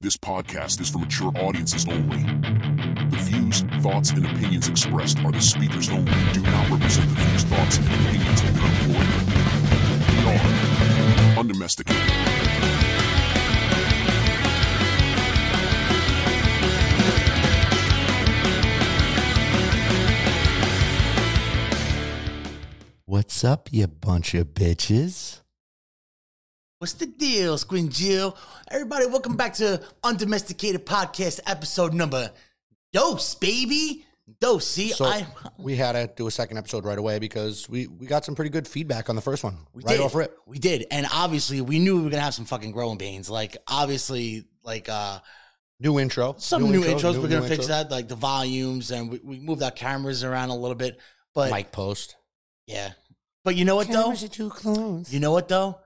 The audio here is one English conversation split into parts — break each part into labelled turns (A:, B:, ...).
A: This podcast is for mature audiences only. The views, thoughts, and opinions expressed are the speakers only and do not represent the views, thoughts, and opinions of their employer. We are undomesticated.
B: What's up, you bunch of bitches?
C: What's the deal, Squin Jill? Everybody, welcome back to Undomesticated Podcast, episode number dose, baby. Dose. See,
D: So
C: I
D: we had to do a second episode right away because we, we got some pretty good feedback on the first one.
C: we
D: right
C: did.
D: off rip.
C: We did, and obviously, we knew we were gonna have some fucking growing pains. Like, obviously, like uh
D: New intro.
C: some new,
D: intro,
C: intros.
D: new-
C: we're gonna
D: new
C: fix
D: intro.
C: that, like the volumes, and we, we moved our cameras around a little bit. But
D: Mic post.
C: yeah, but you know what though?
D: Cameras are too close.
C: You know what though?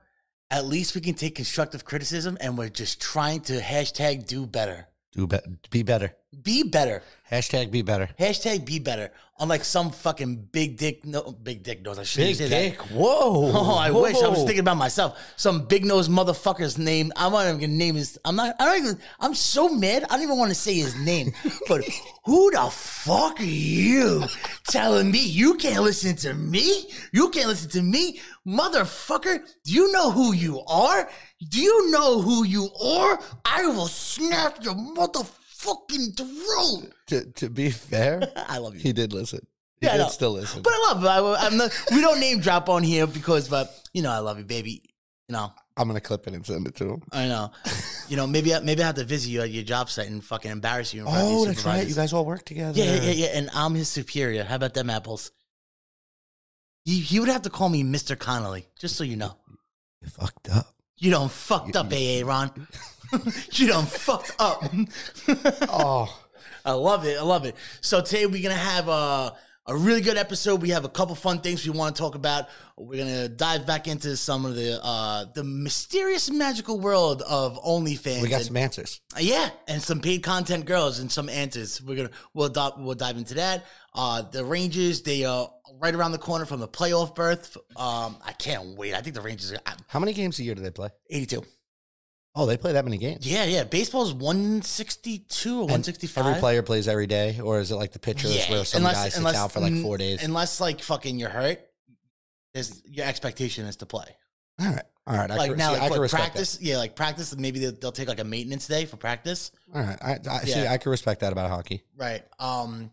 C: At least we can take constructive criticism, and we're just trying to hashtag do better,
D: Do be, be better.
C: be better.
D: Hashtag be better.
C: Hashtag be better. Unlike some fucking big dick no big dick nose. I shouldn't
D: Big
C: say
D: dick.
C: that.
D: Whoa.
C: Oh, I wish I was
D: Whoa.
C: thinking about myself. Some big nose motherfucker's name. I'm not even gonna name his. I'm not. I don't even. I'm so mad. I don't even want to say his name. but who the fuck are you telling me you can't listen to me? You can't listen to me, motherfucker. Do you know who you are? Do you know who you are? I will snap your motherfucking throat.
D: To, to be fair,
C: I love you.
D: he did listen. He
C: Yeah, I
D: did
C: know.
D: still listen.
C: But I love. I, I'm not. We don't name drop on here because, but you know, I love you, baby. You know,
D: I'm going to clip it and send it to him.
C: I know. You know, maybe I, maybe I have to visit you at your job site and fucking embarrass you in front
D: Oh,
C: of your
D: that's right. You
C: supervisors.
D: guys all work together.
C: yeah, yeah, yeah, yeah. And I'm his superior. How about them apples? He, he would have to call me Mr. Connolly, just so you know.
D: You fucked up.
C: You don't fucked up, AA Ron. you don't fucked up.
D: Oh,
C: I love it. I love it. So today we're gonna have a a really good episode. We have a couple fun things we want to talk about. We're gonna dive back into some of the uh, the mysterious, magical world of OnlyFans.
D: we got
C: and- Uh,
D: some answers.
C: yeah, and some paid content girls and some answers. We're gonna we'll dive we'll dive into that. Uh, the Rangers they are right around the corner from the playoff berth. Um, I can't wait. I think the Rangers are
D: How many games a year do they play?
C: eighty two.
D: Oh, they play that many games.
C: Yeah, yeah. Baseball's one sixty two or
D: And
C: one sixty five.
D: Every player plays every day, or is it like the pitchers where some guy sits out for like four days?
C: Unless like fucking you're hurt, there's your expectation is to play.
D: all right, all right. I
C: like
D: can- see,
C: now, like
D: I can
C: what,
D: respect
C: practice. Yeah, like practice. Maybe they'll, they'll take like a maintenance day for practice.
D: That. All right, I, I, see,
C: Yeah.
D: I can respect that about hockey.
C: Right. Um,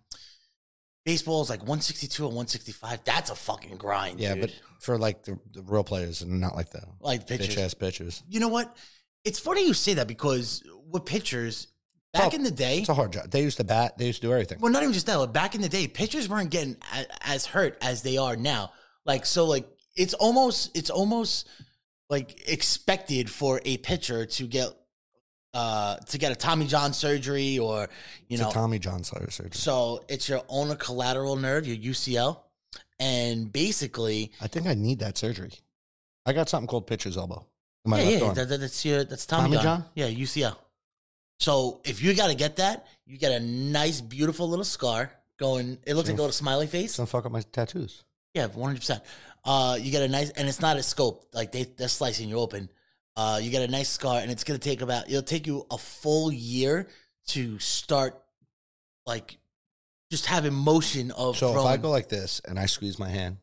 C: baseball is like 162 or 165. That's a fucking grind.
D: Yeah,
C: dude.
D: but for like the, the real players and not like the
C: like pitchers.
D: bitch ass pitchers,
C: You know what? It's funny you say that because with pitchers back
D: Oh,
C: in the day,
D: it's a hard job. They used to bat. They used to do everything.
C: Well, not even just that. Like back in the day, pitchers weren't getting as, as hurt as they are now. Like so, like it's almost it's almost like expected for a pitcher to get uh to get a Tommy John surgery or you
D: it's
C: know.
D: a Tommy John Slayer surgery.
C: so it's your ulnar collateral nerve, your UCL, and basically,
D: I think I need that surgery. I got something called pitcher's elbow. In my
C: yeah,
D: left
C: yeah,
D: arm.
C: that, that- that's your that's Tommy,
D: Tommy
C: John.
D: John?
C: yeah, UCL. So if you got to get that, you get a nice, beautiful little scar going. It looks
D: So-
C: like a little smiley face.
D: It's gonna fuck up my tattoos.
C: Yeah, one hundred percent. Uh, you get a nice, and it's not a scope. Like they, they're slicing you open. Uh, you get a nice scar, and it's gonna take about. It'll take you a full year to start, like, just having motion of.
D: So if
C: Oh, throwing.
D: I go like this and I squeeze my hand,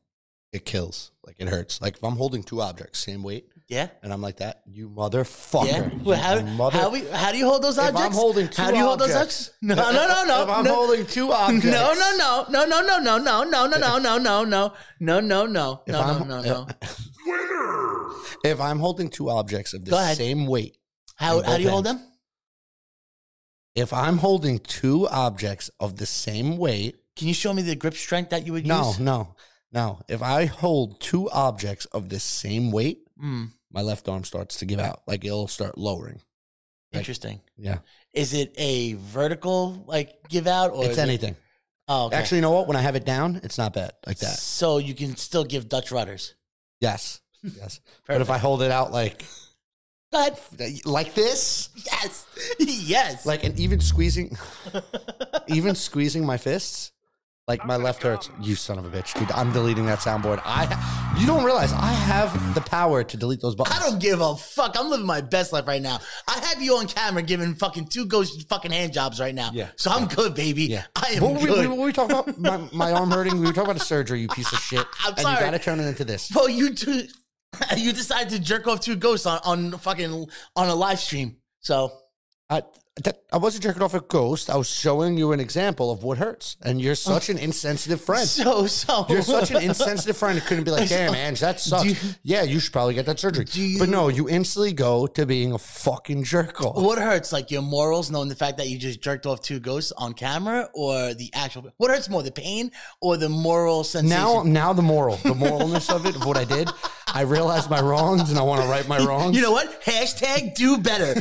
D: it kills. Like it hurts. Like if I'm holding two objects, same weight,
C: yeah,
D: and I'm like that, you motherfucker.
C: yeah.
D: you
C: Well, how,
D: mother-
C: how, we, how do you hold those
D: If
C: objects?
D: I'm holding two
C: how do you hold those
D: objects-
C: objects? No, no, no, no.
D: If I'm
C: no.
D: holding two objects.
C: No, no, no, no, no, no, no, no, no, no, no, no, no, no, no, no, no,
D: If
C: no,
D: I'm-
C: no, no.
D: If I'm holding two objects of
C: Go
D: the
C: ahead.
D: same weight,
C: How
D: in
C: how do you
D: both
C: hold them?
D: if I'm holding two objects of the same weight,
C: Can you show me the grip strength that you would
D: no,
C: use?
D: no, no. If I hold two objects of the same weight,
C: Hmm.
D: my left arm starts to give out. Like it'll start lowering. Like-
C: Interesting.
D: Yeah.
C: Is it a vertical like give out or
D: It's
C: is it-
D: anything.
C: Oh, okay.
D: Actually, you know what? When I have it down, it's not bad like that.
C: so you can still give Dutch rudders.
D: Yes. Yes. but if I hold it out like
C: Go ahead.
D: like this,
C: Yes, yes.
D: like and even squeezing even squeezing my fists Like my left hurts. You son of a bitch, dude. I'm deleting that soundboard. I, you don't realize I have the power to delete those buttons.
C: I don't give a fuck. I'm living my best life right now. I have you on camera giving fucking two ghost fucking hand jobs right now.
D: Yeah.
C: So I'm good, baby.
D: Yeah.
C: I am
D: What were, we,
C: good.
D: what were we talking about? My, my arm hurting. We were talking about a surgery. You piece of shit.
C: I'm
D: and
C: sorry.
D: you got to turn it into this.
C: Well, you two, you decided to jerk off two ghosts on, on fucking on a live stream. So
D: I, that, I wasn't jerking off a ghost. I was showing you an example of what hurts. And you're such an insensitive friend.
C: so so
D: You're such an insensitive friend. It couldn't be like, damn, Ange, that sucks. yeah, you should probably get that surgery.
C: you-
D: but no, you instantly go to being a fucking jerk off.
C: What hurts, like your morals, knowing the fact that you just jerked off two ghosts on camera, or the actual? What hurts more, the pain or the moral sensation?
D: Now, now the moral, the moralness of it, of what I did, I realized my wrongs and I want to right my wrongs.
C: you know what? Hashtag do better.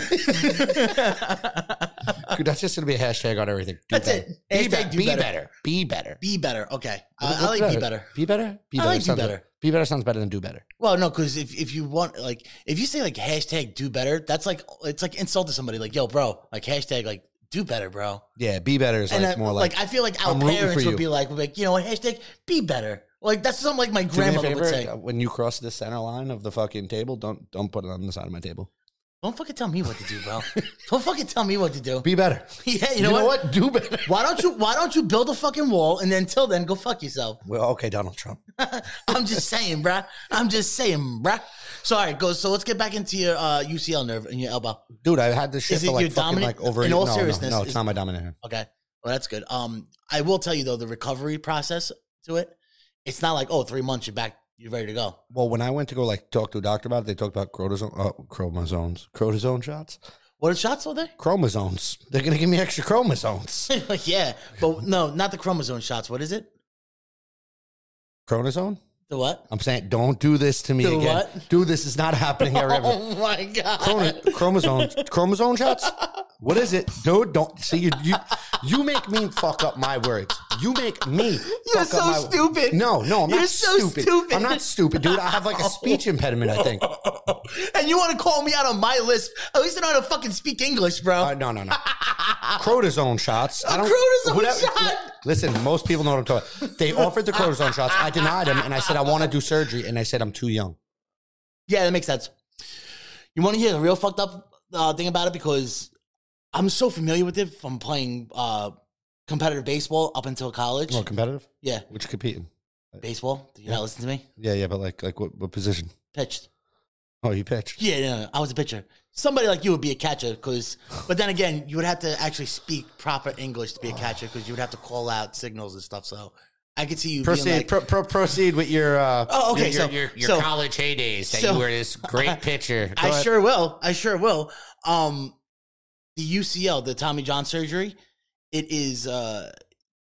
D: Dude, that's just gonna be a hashtag on everything. Do
C: That's
D: better.
C: it.
D: Be,
C: Hashtag
D: better.
C: do
D: be
C: better.
D: better. Be better.
C: be better. Okay, I, I
D: What's
C: like be better.
D: Be better. Be
C: I
D: better.
C: like do
D: sounds
C: better.
D: Be better sounds better than do better.
C: Well, no, because if, if you want, like, if you say like hashtag do better, that's like it's like insult to somebody. Like, yo, bro, like hashtag like do better, bro.
D: Yeah, be better is like
C: and I,
D: more
C: like,
D: like.
C: I feel like our
D: I'm rooting for
C: parents would
D: you.
C: be like, would be like, you know what? Hashtag be better. Like that's something like my
D: do me a
C: grandmother would
D: favor,
C: say.
D: uh, when you cross the center line of the fucking table, don't don't put it on the side of my table.
C: Don't fucking tell me what to do, bro. Don't fucking tell me what to do.
D: Be better.
C: yeah, you know, what?
D: Do better.
C: Why don't you Why don't you build a fucking wall and then till then go fuck yourself?
D: Well, okay, Donald Trump.
C: I'm just saying, bruh. I'm just saying, bruh. So all right, go. So let's get back into your uh, UCL nerve and your elbow.
D: Dude, I've had this shit
C: Is it
D: for like
C: your
D: fucking
C: dominant-
D: like over
C: in
D: a-
C: all
D: no,
C: seriousness,
D: No, no, it's
C: is-
D: not my dominant hand.
C: Okay. Well, that's good. Um, I will tell you though, the recovery process to it, it's not like oh, three months you're back, you're ready to go.
D: Well, when I went to go like talk to a doctor about it, they talked about cortisone, uh, chromosomes, cortisone shots,
C: What are shots all day?
D: chromosomes. They're gonna give me extra chromosomes.
C: yeah, but no, not the chromosome shots. What is it?
D: Chronosone?
C: The what?
D: I'm saying, don't do this to me
C: Do
D: again.
C: what?
D: Dude, this is not happening here ever.
C: Oh my god!
D: Chrono- chromosomes, chromosome shots. What is it, dude? Don't see you. You, you make me fuck up my words. You make me.
C: You're
D: fuck
C: so
D: up my,
C: stupid.
D: No, no, I'm
C: You're
D: not
C: so
D: stupid.
C: stupid.
D: I'm not stupid, dude. I have like a speech impediment. I think.
C: and you want to call me out on my list? At least I know how to fucking speak English, bro.
D: Uh, no, no, no. Cortisone shots. I
C: cortisone shot.
D: Listen, most people know what I'm talking. about. They offered the cortisone shots. I denied them, and I said I want to do surgery, and I said I'm too young.
C: Yeah, that makes sense. You want to hear the real fucked up uh, thing about it because I'm so familiar with it from playing uh, competitive baseball up until college.
D: More competitive.
C: Yeah,
D: Which competing?
C: baseball. Do you not listen to me?
D: Yeah, yeah, but like, like what, what position?
C: Pitched.
D: Oh, you pitch.
C: Yeah, no, no, I was a pitcher. Somebody like you would be a catcher, because. But then again, you would have to actually speak proper English to be a catcher, because you would have to call out signals and stuff. So I could see you
D: Proceed.
C: being like,
D: pro, pro, proceed with your. Uh,
C: "Oh, okay, so so
E: college heydays that
C: so-
E: you were this great pitcher.
C: I sure will. I sure will. Um, the UCL, the Tommy John surgery, it is uh,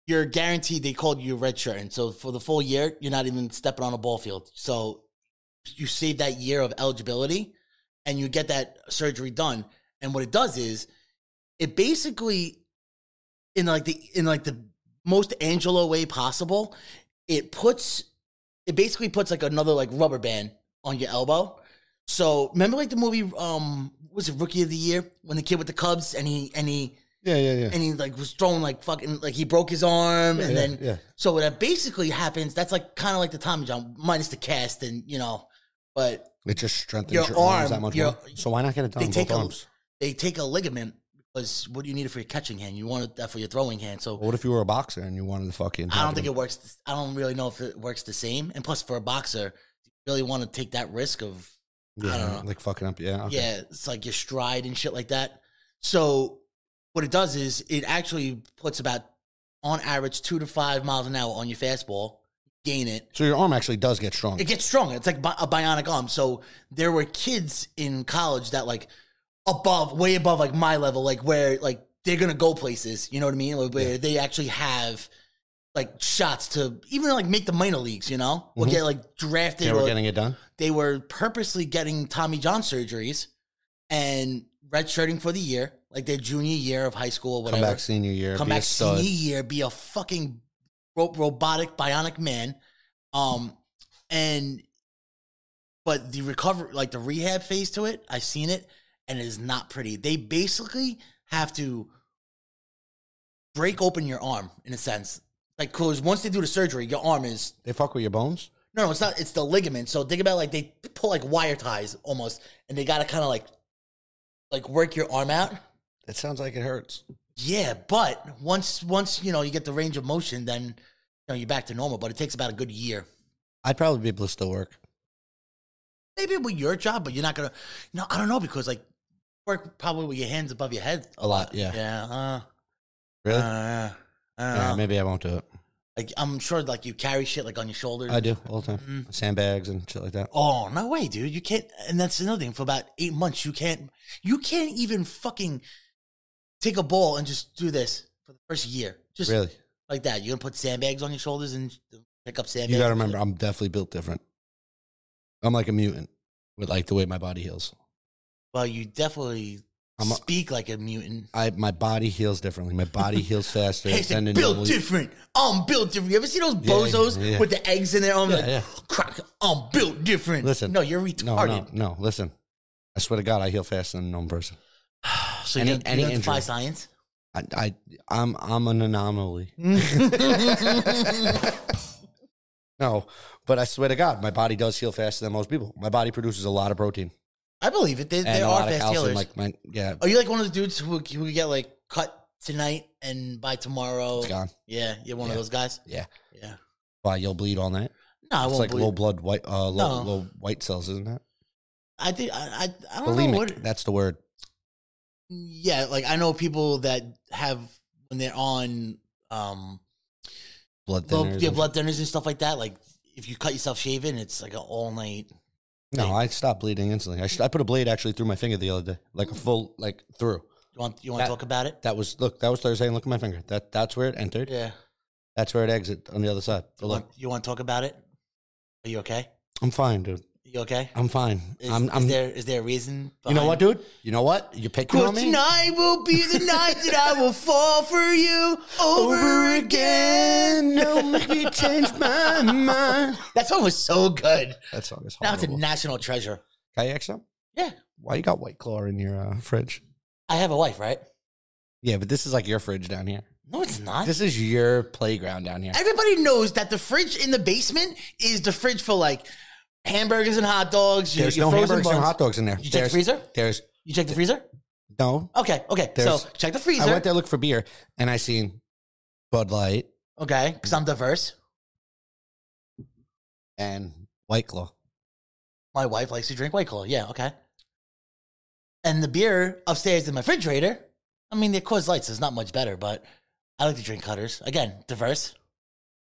C: you're guaranteed. They called you red shirt, and so for the full year, you're not even stepping on a ball field. So you save that year of eligibility, and you get that surgery done. And what it does is, it basically, in like the in like the most Angelo way possible, it puts it basically puts like another like rubber band on your elbow. So remember like the movie um was it Rookie of the Year when the kid with the Cubs and he and he
D: yeah, yeah, yeah.
C: and he like was thrown like fucking like he broke his arm and
D: yeah,
C: then
D: yeah.
C: so that basically happens that's like kind of like the Tommy John minus the cast and you know but
D: It just strengthens
C: Your
D: your, arms that
C: arm,
D: much
C: your-
D: more. So why not get it done
C: they
D: on
C: take
D: both
C: a
D: arms?
C: they take a ligament because what do you need it for your catching hand you want that for your throwing hand so
D: What if you were a boxer and you wanted to fucking?
C: I don't think it works I don't really know if it works the same and plus for a boxer you really want to take that risk of
D: Yeah,
C: I don't know.
D: like fucking up. Yeah, okay.
C: Yeah, it's like your stride and shit like that. So what it does is it actually puts about on average two to five miles an hour on your fastball, gain it.
D: So your arm actually does get strong.
C: It gets strong. It's like bi- a bionic arm. So there were kids in college that like above, way above like my level, like where like they're gonna go places. You know what I mean? Like where they actually have like shots to even like make the minor leagues. You know, or
D: Mhm.
C: get like drafted.
D: They
C: or,
D: were getting it done.
C: they were purposely getting Tommy John surgeries and redshirting for the year, like their junior year of high school or
D: Come
C: whatever.
D: back senior year.
C: Come
D: be a
C: back
D: stud.
C: senior year, be a fucking ro- robotic bionic man. Um, and but the recovery, like the rehab phase to it, I've seen it, and it is not pretty. They basically have to break open your arm in a sense Like, cause once they do the surgery, your arm is
D: They fuck with your bones.
C: no, no, it's not. It's the ligament. So think about like they pull like wire ties almost, and they gotta kind of like, like work your arm out.
D: That sounds like it hurts.
C: Yeah, but once once you know you get the range of motion, then you know you're back to normal. But it takes about a good year.
D: I'd probably be able to still work.
C: Maybe with your job, but you're not gonna. You know, I don't know because like work probably with your hands above your head
D: A lot, yeah.
C: Yeah. Uh,
D: Really?
C: uh, I don't
D: yeah,
C: know.
D: maybe I won't do it.
C: Like I'm sure like you carry shit like on your shoulders. Mm.
D: I do all the time. Sandbags and shit like that.
C: Oh no way, dude! You can't, and that's another thing. For about eight months, you can't, you can't even fucking take a ball and just do this for the first year, just
D: really?
C: like that. You're gonna put sandbags on your shoulders and pick up sandbags.
D: You got to remember, I'm definitely built different. I'm like a mutant with like the way my body heals.
C: Well, you definitely
D: I'm a-
C: speak like a mutant.
D: I my body heals differently. My body heals faster
C: Hey, it's
D: than
C: like,
D: it
C: built
D: normally-
C: different. I'm built different. You ever see those
D: Yeah,
C: bozos
D: yeah.
C: with the eggs in their arm?
D: Yeah,
C: like,
D: yeah.
C: crack. I'm built different.
D: Listen.
C: no, you're
D: No,
C: retarded.
D: no, no. Listen, I swear to God, I heal faster than a normal person.
C: So you
D: Any-
C: don't,
D: any
C: you don't defy
D: injury.
C: science.
D: I, I, I'm, I'm an anomaly. no, but I swear to God, my body does heal faster than most people. My body produces a lot of protein
C: I believe it. They,
D: and
C: they
D: a
C: are
D: lot of
C: fast
D: calcium.
C: healers.
D: Like my, yeah,
C: Are you like one of the dudes who who could get like cut tonight and by tomorrow?
D: it's gone.
C: Yeah, you're one
D: Yeah.
C: of those guys.
D: Yeah,
C: Yeah.
D: why you'll bleed all night.
C: No, I
D: It's
C: won't
D: like
C: believe.
D: low blood white, uh, low,
C: No.
D: low white cells, isn't it?
C: I think I I, I don't know
D: Bulimic.
C: what.
D: That's the word.
C: yeah, like I know people that have when they're on um
D: Blood thinners.
C: low, yeah,
D: and-
C: blood thinners and stuff like that. Like if you cut yourself shaving, it's like an all night.
D: No, I stopped bleeding instantly. I, sh- I put a blade actually through my finger the other day, like a full, like through.
C: You want you want
D: That-
C: to talk about it?
D: That was look. That was Thursday, and look at my finger. That that's where it entered.
C: Yeah.
D: That's where it exit on the other side. But
C: You want,
D: look,
C: you want to talk about it? Are you okay?
D: I'm fine, dude.
C: You okay?
D: I'm fine.
C: Is,
D: I'm.
C: is
D: I'm
C: there is there a reason?
D: you know
C: behind-
D: what, dude? You know what? You're picking
C: Cause
D: on me.
C: tonight will be the night that I will fall for you over again.
D: Don't make me change my mind.
C: That song was so good.
D: That song is
C: Now it's a
D: horrible.
C: national treasure.
D: Can I ask something?
C: Yeah.
D: Why you got White Claw in your uh, fridge?
C: I have a wife, right?
D: Yeah, but this is like your fridge down here.
C: No, it's not.
D: This is your playground down here.
C: Everybody knows that the fridge in the basement is the fridge for like hamburgers and hot dogs. your-
D: There's
C: your
D: no
C: frozen
D: hamburgers and
C: buns.
D: hot dogs in there.
C: You check the
D: there's,
C: freezer?
D: There's
C: You check the freezer?
D: no.
C: Okay, okay.
D: There's-
C: so check the freezer.
D: I went there to look for beer, and I seen Bud Light
C: Okay, because I'm diverse.
D: and White Claw.
C: My wife likes to drink White Claw. Yeah, okay. And the beer upstairs in my refrigerator, I mean, the Coors Lights is not much better, but I like to drink Cutters. Again, diverse.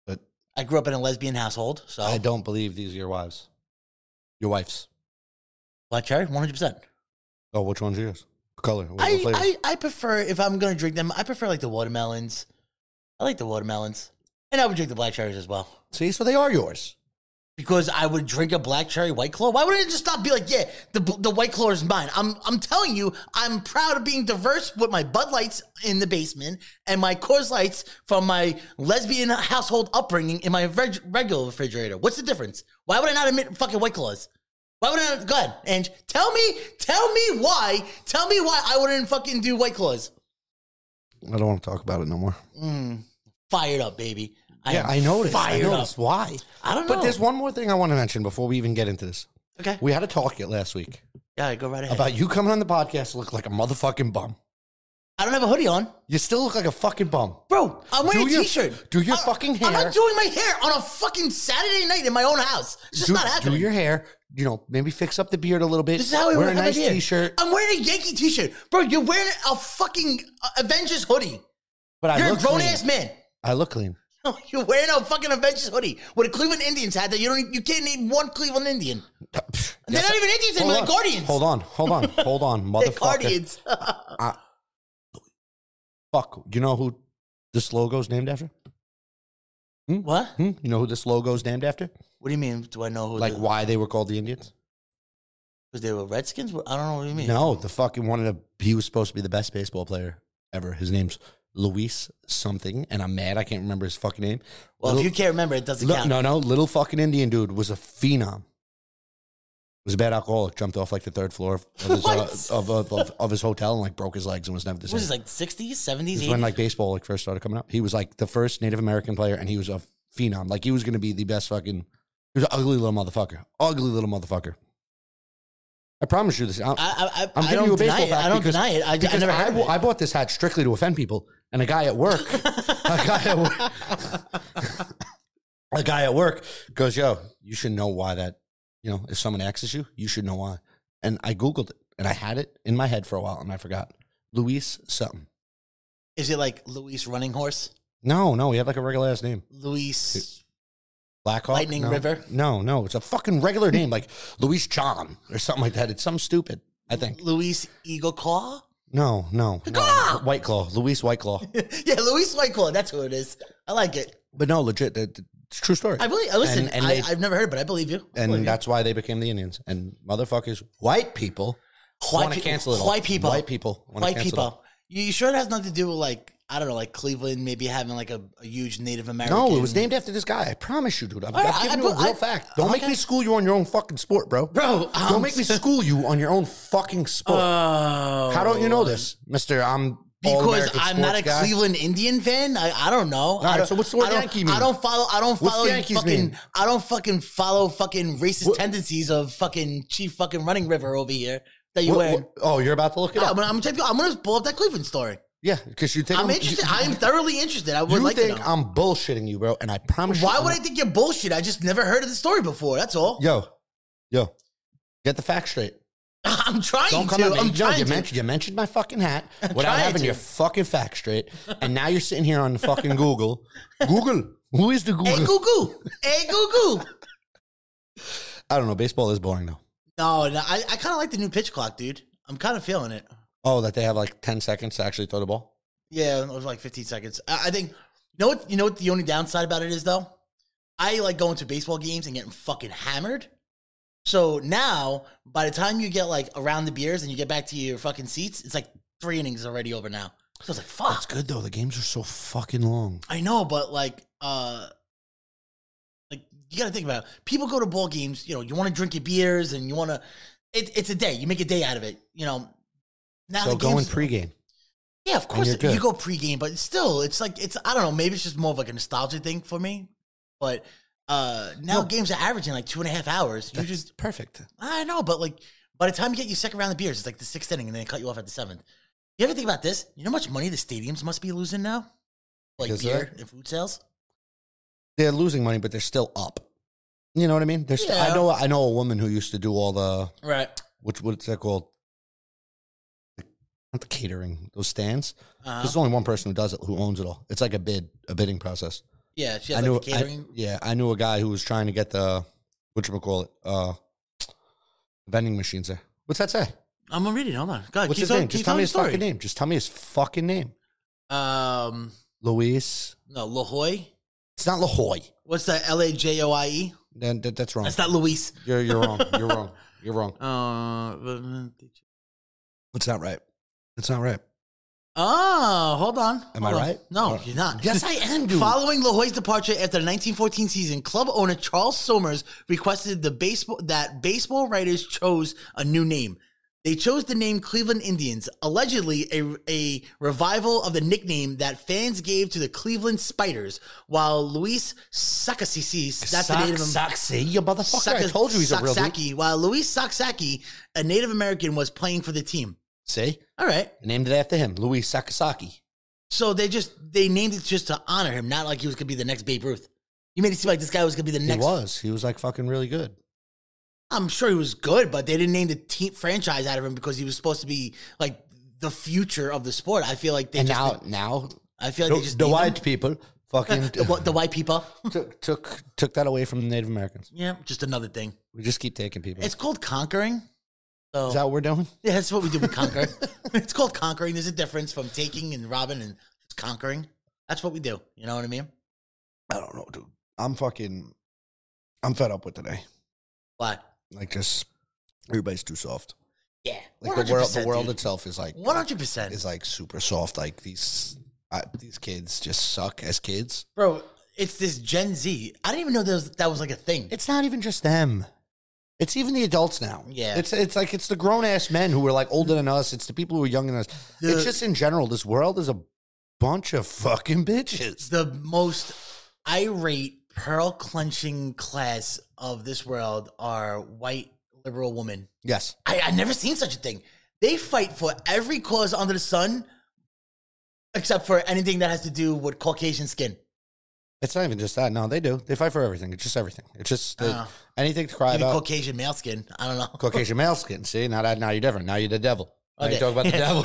D: But-
C: I grew up in a lesbian household, so
D: I don't believe these are your wives. Your wife's.
C: black cherry, 100%.
D: Oh, which one's yours? What color? What
C: I,
D: flavor?
C: I, I prefer, if I'm going to drink them, I prefer like the watermelons. I like the watermelons. And I would drink the black cherries as well.
D: See, so they are yours.
C: Because I would drink a black cherry white claw. Why wouldn't it just not be like, yeah, the the white claw is mine? I'm I'm telling you, I'm proud of being diverse with my Bud Lights in the basement and my Coors Lights from my lesbian household upbringing in my reg- regular refrigerator. What's the difference? Why would I not admit fucking white claws? Why would I not? Go ahead, Ange. Tell me, tell me why. Tell me why I wouldn't fucking do white claws.
D: I don't want to talk about it no more.
C: Fired up, baby. I
D: Yeah,
C: am
D: I noticed. I
C: Fired
D: noticed.
C: up.
D: Why?
C: I don't know.
D: But there's one more thing I want to mention before we even get into this.
C: Okay.
D: We had a talk yet last week
C: Yeah, go right ahead.
D: about you coming on the podcast to look like a motherfucking bum.
C: I don't have a hoodie on.
D: You still look like a fucking bum.
C: Bro, I'm wearing
D: Do
C: a
D: your-
C: t-shirt.
D: do your
C: I-
D: fucking hair.
C: I'm not doing my hair on a fucking Saturday night in my own house. It's just
D: do,
C: not happening.
D: do your hair. You know, maybe fix up the beard a little bit.
C: this is how I
D: wear
C: wear
D: a
C: how I
D: nice
C: did.
D: t-shirt.
C: I'm wearing a Yankee t-shirt, bro. You're wearing a fucking uh, Avengers hoodie.
D: But I
C: You're a
D: look
C: grown
D: clean.
C: ass man.
D: I look clean.
C: You're wearing a fucking Avengers hoodie with a Cleveland Indians hat that you don't. e, You can't name one Cleveland Indian. They're not even Indians anymore. They're Guardians.
D: Hold on, hold on, hold on,
C: They're
D: motherfucker.
C: Guardians.
D: Fuck. You know who this logo's named after?
C: what?
D: Hmm? You know who this logo's named after?
C: What do you mean? Do I know who?
D: Like
C: Like
D: why they were called the Indians?
C: because they were Redskins. What- I don't know what you mean.
D: No, the fucking one of the he was supposed to be the best baseball player ever. His name's Luis something, and I'm mad I can't remember his fucking name.
C: Well,
D: Little-
C: if you can't remember, it doesn't
D: Li-
C: count.
D: no, no, little fucking Indian dude was a phenom. was a bad alcoholic. Jumped off like the third floor of his, uh, of, of, of, of his hotel and like broke his legs and was never the same.
C: was this like 60s, 70s,
D: This
C: 80s?
D: is when like baseball like first started coming up. He was like the first Native American player, and he was a phenom. Like he was gonna be the best fucking. He was an ugly little motherfucker. Ugly little motherfucker. I promise you this. I,
C: I, I,
D: I'm
C: I,
D: giving
C: I
D: you
C: don't
D: a baseball
C: deny it.
D: fact
C: I don't
D: because-
C: deny it. I, I
D: because
C: never had
D: I,
C: it.
D: I bought this hat strictly to offend people, and a guy at work, a guy at work, a guy at work goes, "Yo, you should know why that. You know, if someone asks you, you should know why." And I googled it, and I had it in my head for a while, and I forgot. Luis something.
C: Is it like Luis Running Horse?
D: No, no, he had like a regular ass name.
C: Luis.
D: Blackhawk?
C: Lightning
D: no.
C: River?
D: No, no, it's a fucking regular name like Luis John or something like that. It's some stupid. I think.
C: Luis Eagle Claw?
D: No, no, no.
C: Caw!
D: White Claw, Luis White Claw.
C: yeah, Luis White Claw. That's who it is. I like it.
D: but no, legit, that- it's a true story.
C: I believe. uh, Listen,
D: And- and they-
C: I, I've never heard, it, but I believe you. I believe
D: and
C: you.
D: that's why they became the Indians. And motherfuckers, white people
C: white
D: want to
C: people-
D: cancel it. all.
C: White people.
D: White people. wanna
C: White
D: cancel it all.
C: people. You, you sure it has nothing to do with like I don't know, like Cleveland maybe having like a, a huge Native American?
D: No, it was named after this guy. I promise you, dude. I'm,
C: All
D: I'm
C: right,
D: giving
C: I-
D: you a
C: I-
D: real fact. Don't make
C: okay.
D: me school you on your own fucking sport, bro.
C: Bro, um,
D: don't
C: I'm
D: make me
C: so-
D: school you on your own fucking sport.
C: Oh,
D: How don't you know this, Mister? I'm
C: Because
D: all-American
C: I'm not
D: sports
C: a
D: guy?
C: Cleveland Indian fan. I, I don't know. I
D: right,
C: don't,
D: so what's the word
C: I don't,
D: Yankee mean?
C: I don't follow. I don't
D: What's
C: follow
D: Yankees
C: fucking.
D: mean?
C: I don't fucking follow fucking racist
D: What-
C: tendencies of fucking Chief fucking Running River over here that you
D: What-
C: wearing.
D: what- oh, you're about to look it
C: I'm,
D: up.
C: gonna, I'm, gonna, I'm gonna pull up that Cleveland story.
D: yeah, because you think
C: I'm interested.
D: You,
C: I am thoroughly interested. I
D: you
C: would like to
D: think
C: know.
D: I'm bullshitting you, bro? And I promise.
C: Why
D: you,
C: would I think you're bullshit? I just never heard of the story before. That's all.
D: Yo, yo, get the facts straight.
C: I'm trying
D: Don't come
C: to.
D: at me.
C: I'm
D: Yo,
C: trying
D: you
C: to.
D: mentioned you mentioned my fucking hat without
C: trying
D: having
C: to.
D: your fucking facts straight, and now you're sitting here on the fucking Google. Google, who is the Google?
C: Hey, goo goo. Hey, goo goo.
D: I don't know. Baseball is boring though.
C: No, no. I, I kind of like the new pitch clock, dude. I'm kind of feeling it.
D: Oh, that they have like ten seconds to actually throw the ball.
C: Yeah, it was like 15 seconds. I, I think. You know what? You know what? The only downside about it is though, I like going to baseball games and getting fucking hammered. So now, by the time you get like around the beers and you get back to your fucking seats, it's like three innings already over now. So it's like fuck.
D: It's good though. The games are so fucking long.
C: I know, but like, uh, like you got to think about it. People go to ball games. You know, you want to drink your beers and you want to. It, it's a day. You make a day out of it. You know. Now
D: So
C: the
D: going
C: games,
D: pregame.
C: yeah, of course
D: you're good.
C: you go pregame, but still, it's like it's. I don't know. Maybe it's just more of like a nostalgia thing for me. But uh now games are averaging like two and a half hours. You
D: That's
C: just,
D: just perfect.
C: I know, but like by the time you get your second round of beers, it's like the sixth inning, and then they cut you off at the seventh. You ever think about this? You know how much money the stadiums must be losing now, like
D: Because of
C: beer
D: that?
C: and food sales.
D: They're losing money, but they're still up. You know what I mean? They're still, I
C: Yeah.
D: know. I know a woman who used to do all the
C: Right.
D: which what's that called? Not the catering. Those stands.
C: Uh-huh.
D: There's only one person who does it, who owns it all. It's like a bid, a bidding process.
C: Yeah, she
D: I
C: has
D: knew,
C: like the
D: I-
C: catering.
D: yeah, I knew a guy who was trying to get the whatchamacallit, uh, vending machines there. What's that say?
C: I, am gonna read it. Hold on. Go ahead.
D: What's
C: keep
D: his
C: telling-
D: name?
C: keep
D: Just tell
C: telling
D: me
C: the
D: his
C: story.
D: fucking name. Just tell me his fucking name.
C: Um,
D: Luis.
C: no, La Jolla.
D: It's not La Jolla.
C: What's that? L A J O I E.
D: Then that, that's wrong.
C: That's not Luis.
D: you're, you're wrong. You're wrong. You're wrong.
C: Uh,
D: It's not right. It's not right.
C: oh, hold on.
D: Am
C: Hold
D: I
C: on.
D: right?
C: No,
D: All right.
C: you're not.
D: Yes, I am, dude.
C: Following La Jolla's departure after the 1914 season, club owner Charles Somers requested the baseball that baseball writers chose a new name. They chose the name Cleveland Indians, allegedly a, a revival of the nickname that fans gave to the Cleveland Spiders, while Luis Sakasisis, that's the native
D: Soxy, you motherfucker. I
C: Saka-
D: told you he's a real dude.
C: Saksaki, while Luis Saksaki, a Native American, was playing for the team.
D: See?
C: All right.
D: I named it after him, Luis Sakasaki.
C: So they just they named it just to honor him, not like he was gonna be the next Babe Ruth. You made it seem like this guy was gonna be the
D: He
C: next.
D: was. He was like fucking really good.
C: I'm sure he was good, but they didn't name the team franchise out of him because he was supposed to be like the future of the sport. I feel like they
D: and
C: just.
D: now, now
C: I feel like
D: the,
C: they just
D: the
C: named
D: white
C: him-
D: people fucking
C: the, wh- the white people.
D: took, took took that away from the Native Americans.
C: yeah, just another thing.
D: We just keep taking people.
C: It's called conquering. So
D: Is that what we're doing?
C: yeah, that's what we do. We conquer. it's called conquering. There's a difference from taking and robbing and it's conquering. That's what we do. You know what I mean?
D: I don't know, dude. I'm fucking. I'm fed up with today.
C: Why?
D: Like just everybody's too soft.
C: Yeah,
D: Like the world, the world itself is like
C: One hundred percent,
D: is like super soft. Like these I, these kids just suck as kids.
C: bro. It's this Gen Z. I didn't even know that was, that was like a thing.
D: It's not even just them. It's even the adults now.
C: Yeah.
D: It's it's like it's the grown ass men who are like older than us. It's the people who are younger than us.
C: The-
D: it's just in general, this world is a bunch of fucking bitches.
C: the most irate, pearl clenching class of this world are white liberal women.
D: Yes.
C: I, I never seen such a thing. They fight for every cause under the sun, except for anything that has to do with Caucasian skin.
D: It's not even just that. No, they do. They fight for everything. It's just everything. It's just they,
C: Uh,
D: anything to cry
C: Maybe
D: about.
C: Caucasian male skin. I don't know.
D: Caucasian male skin. See, now that now you're different. Now you're the devil. Now you talk about the devil.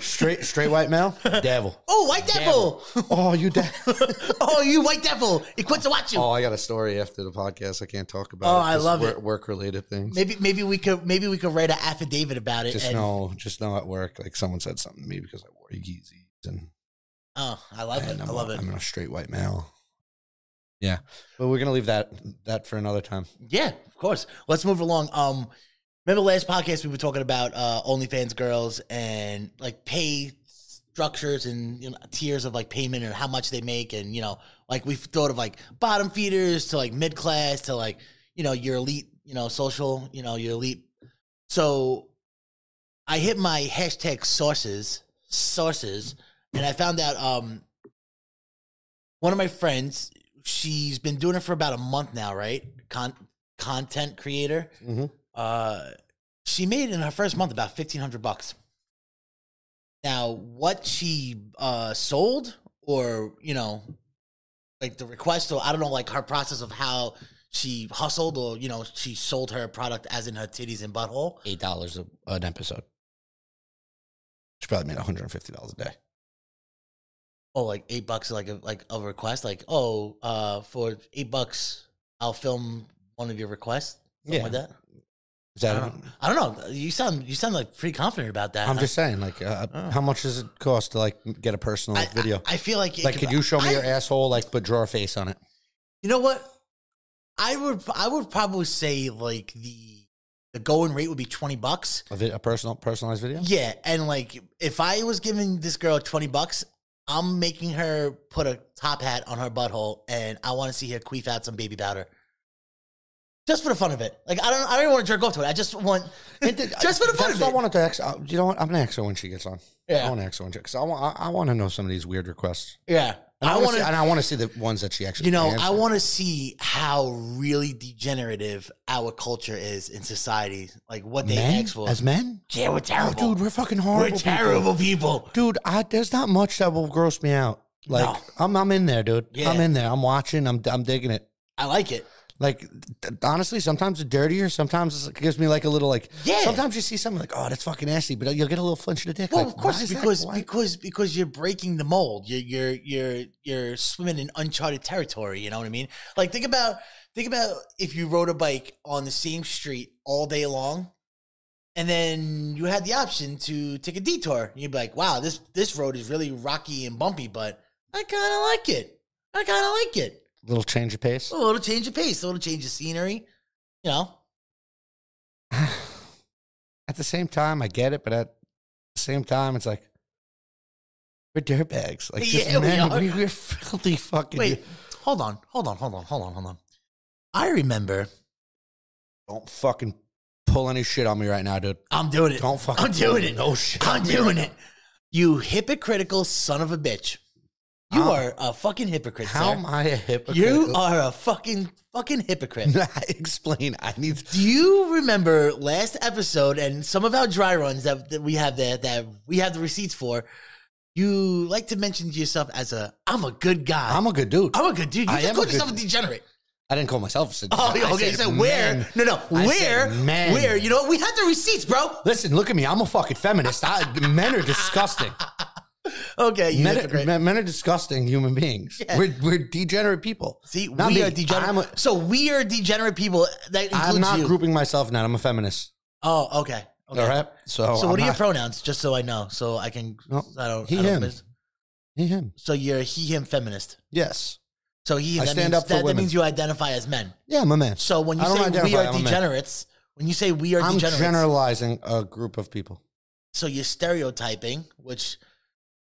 D: straight straight white male, devil.
C: Oh, white devil.
D: Oh, you devil.
C: oh, you white devil. Quetzalcoatl.
D: Oh, I got a story after the podcast. I can't talk about.
C: Oh,
D: it.
C: I
D: Just
C: love
D: work,
C: it.
D: Work related things.
C: Maybe maybe we could maybe we could write an affidavit about it.
D: just
C: and-
D: know, just know at work, like someone said something to me because I wore Yeezys and,
C: Oh, I love
D: and
C: it. I
D: I'm,
C: love
D: a,
C: it.
D: am a straight white male. Yeah, but we're gonna leave that that for another time.
C: Yeah, of course. Let's move along. Um, remember last podcast we were talking about uh, OnlyFans girls and like pay structures and you know tiers of like payment and how much they make and you know like we've thought of like bottom feeders to like mid class to like you know your elite you know social you know your elite. So I hit my hashtag sources sources and I found out um one of my friends she's been doing it for about a month now, right? Con- content creator.
D: Mhm.
C: Uh, she made in her first month about fifteen hundred bucks. Now, what she uh, sold, or you know, like the request, or I don't know, like her process of how she hustled, or you know, she sold her product as in her titties and butthole.
E: Eight dollars an episode.
D: She probably made one hundred and fifty dollars a day.
C: Oh, like eight bucks, like a, like a request, like oh, uh, for eight bucks, I'll film one of your requests, something like that.
D: Is that?
C: I don't, I don't know. You sound you sound like pretty confident about that.
D: I'm just saying, like, uh,
C: Oh.
D: how much does it cost to like get a personal
C: I,
D: video?
C: I, I feel like it
D: like, could you show me
C: I-
D: your asshole? Like, but draw a face on it.
C: You know what? I would I would probably say like the the going rate would be twenty bucks.
D: A, vi- a personal personalized video.
C: Yeah, and like if I was giving this girl twenty bucks, I'm making her put a top hat on her butthole, and I want to see her queef out some baby powder. Just for the fun of it, like I don't, I don't even want to jerk off to it. I just want,
D: It did-
C: just for the fun
D: that's
C: of
D: why
C: it.
D: I wanted to ask. uh, You know what? I'm gonna ask her when she gets on. I
C: Yeah.
D: want to ask her when she because I want. I, I want to know some of these weird requests.
C: yeah,
D: And I,
C: I
D: want
C: want
D: to,
C: to
D: and I want to see the ones that she actually.
C: You know,
D: answered.
C: I want to see how really degenerative our culture is in society. Like what they
D: men
C: ask for.
D: as men.
C: yeah, we're
D: Oh,
C: terrible.
D: dude, we're fucking
C: we're
D: horrible. people.
C: terrible people.
D: dude. I, there's not much that will gross me out. Like
C: No.
D: I'm, I'm in there, dude.
C: Yeah.
D: I'm in there. I'm watching. I'm, I'm digging it.
C: I like it.
D: Like th- honestly, sometimes it's dirtier. Sometimes it gives me like a little like.
C: Yeah.
D: Sometimes you see something like, oh, that's fucking nasty, but you'll get a little flinch in the dick.
C: Well,
D: like,
C: of
D: why
C: course,
D: is that?
C: because
D: Why-
C: because because you're breaking the mold. You're you're you're you're swimming in uncharted territory. You know what I mean? Like think about think about if you rode a bike on the same street all day long, and then you had the option to take a detour. You'd be like, wow, this this road is really rocky and bumpy, but I kind of like it. I kind of like it.
D: little change of pace.
C: A little change of pace, a little change of scenery. You know,
D: at the same time, I get it, but at the same time, it's like we're dirtbags. Like just
C: Yeah, we
D: men,
C: are.
D: we are. We, are filthy fucking.
C: wait, hold on, hold on, hold on, hold on, hold on. I remember.
D: don't fucking pull any shit on me right now, dude.
C: I'm doing it.
D: Don't fucking.
C: I'm doing it.
D: No shit.
C: I'm doing it. You hypocritical son of a bitch. You
D: How-
C: are a fucking hypocrite,
D: How
C: sir.
D: am I a hypocrite?
C: You are a fucking fucking hypocrite.
D: Explain. I need.
C: Do you remember last episode and some of our dry runs that, that we have there that we have the receipts for? You like to mention to yourself as a I'm a good guy.
D: I'm a good dude.
C: I'm a good dude. You
D: I
C: just
D: am
C: call
D: a good-
C: yourself a degenerate.
D: I didn't call myself. a
C: Oh,
D: I
C: okay.
D: said
C: so where?
D: men.
C: No, no.
D: I
C: Where?
D: said men.
C: Where? You know, we had the receipts, bro.
D: Listen, look at me. I'm a fucking feminist. I, men are disgusting.
C: Okay, you
D: Men
C: hypocrite.
D: are, men- men are disgusting human beings. We're, we're degenerate people.
C: See,
D: Not
C: we
D: me.
C: are
D: I'm
C: degenerate.
D: a-
C: so we are degenerate people. That includes
D: I'm not
C: you.
D: grouping myself now. I'm a feminist.
C: oh, okay. okay.
D: All right. So,
C: So what
D: I'm
C: are your
D: not-
C: pronouns? Just so I know, so I can.
D: No,
C: I don't.
D: he,
C: I don't
D: him.
C: miss-
D: He, him.
C: so you're he him feminist.
D: Yes.
C: So he.
D: I
C: that
D: stand
C: means,
D: up for
C: that, that
D: women.
C: means you identify as men.
D: Yeah, I'm a man.
C: So when you
D: I don't
C: say we
D: identify,
C: are
D: I'm a man.
C: degenerates, when you say we are
D: I'm
C: degenerates,
D: generalizing a group of people.
C: so you're stereotyping, which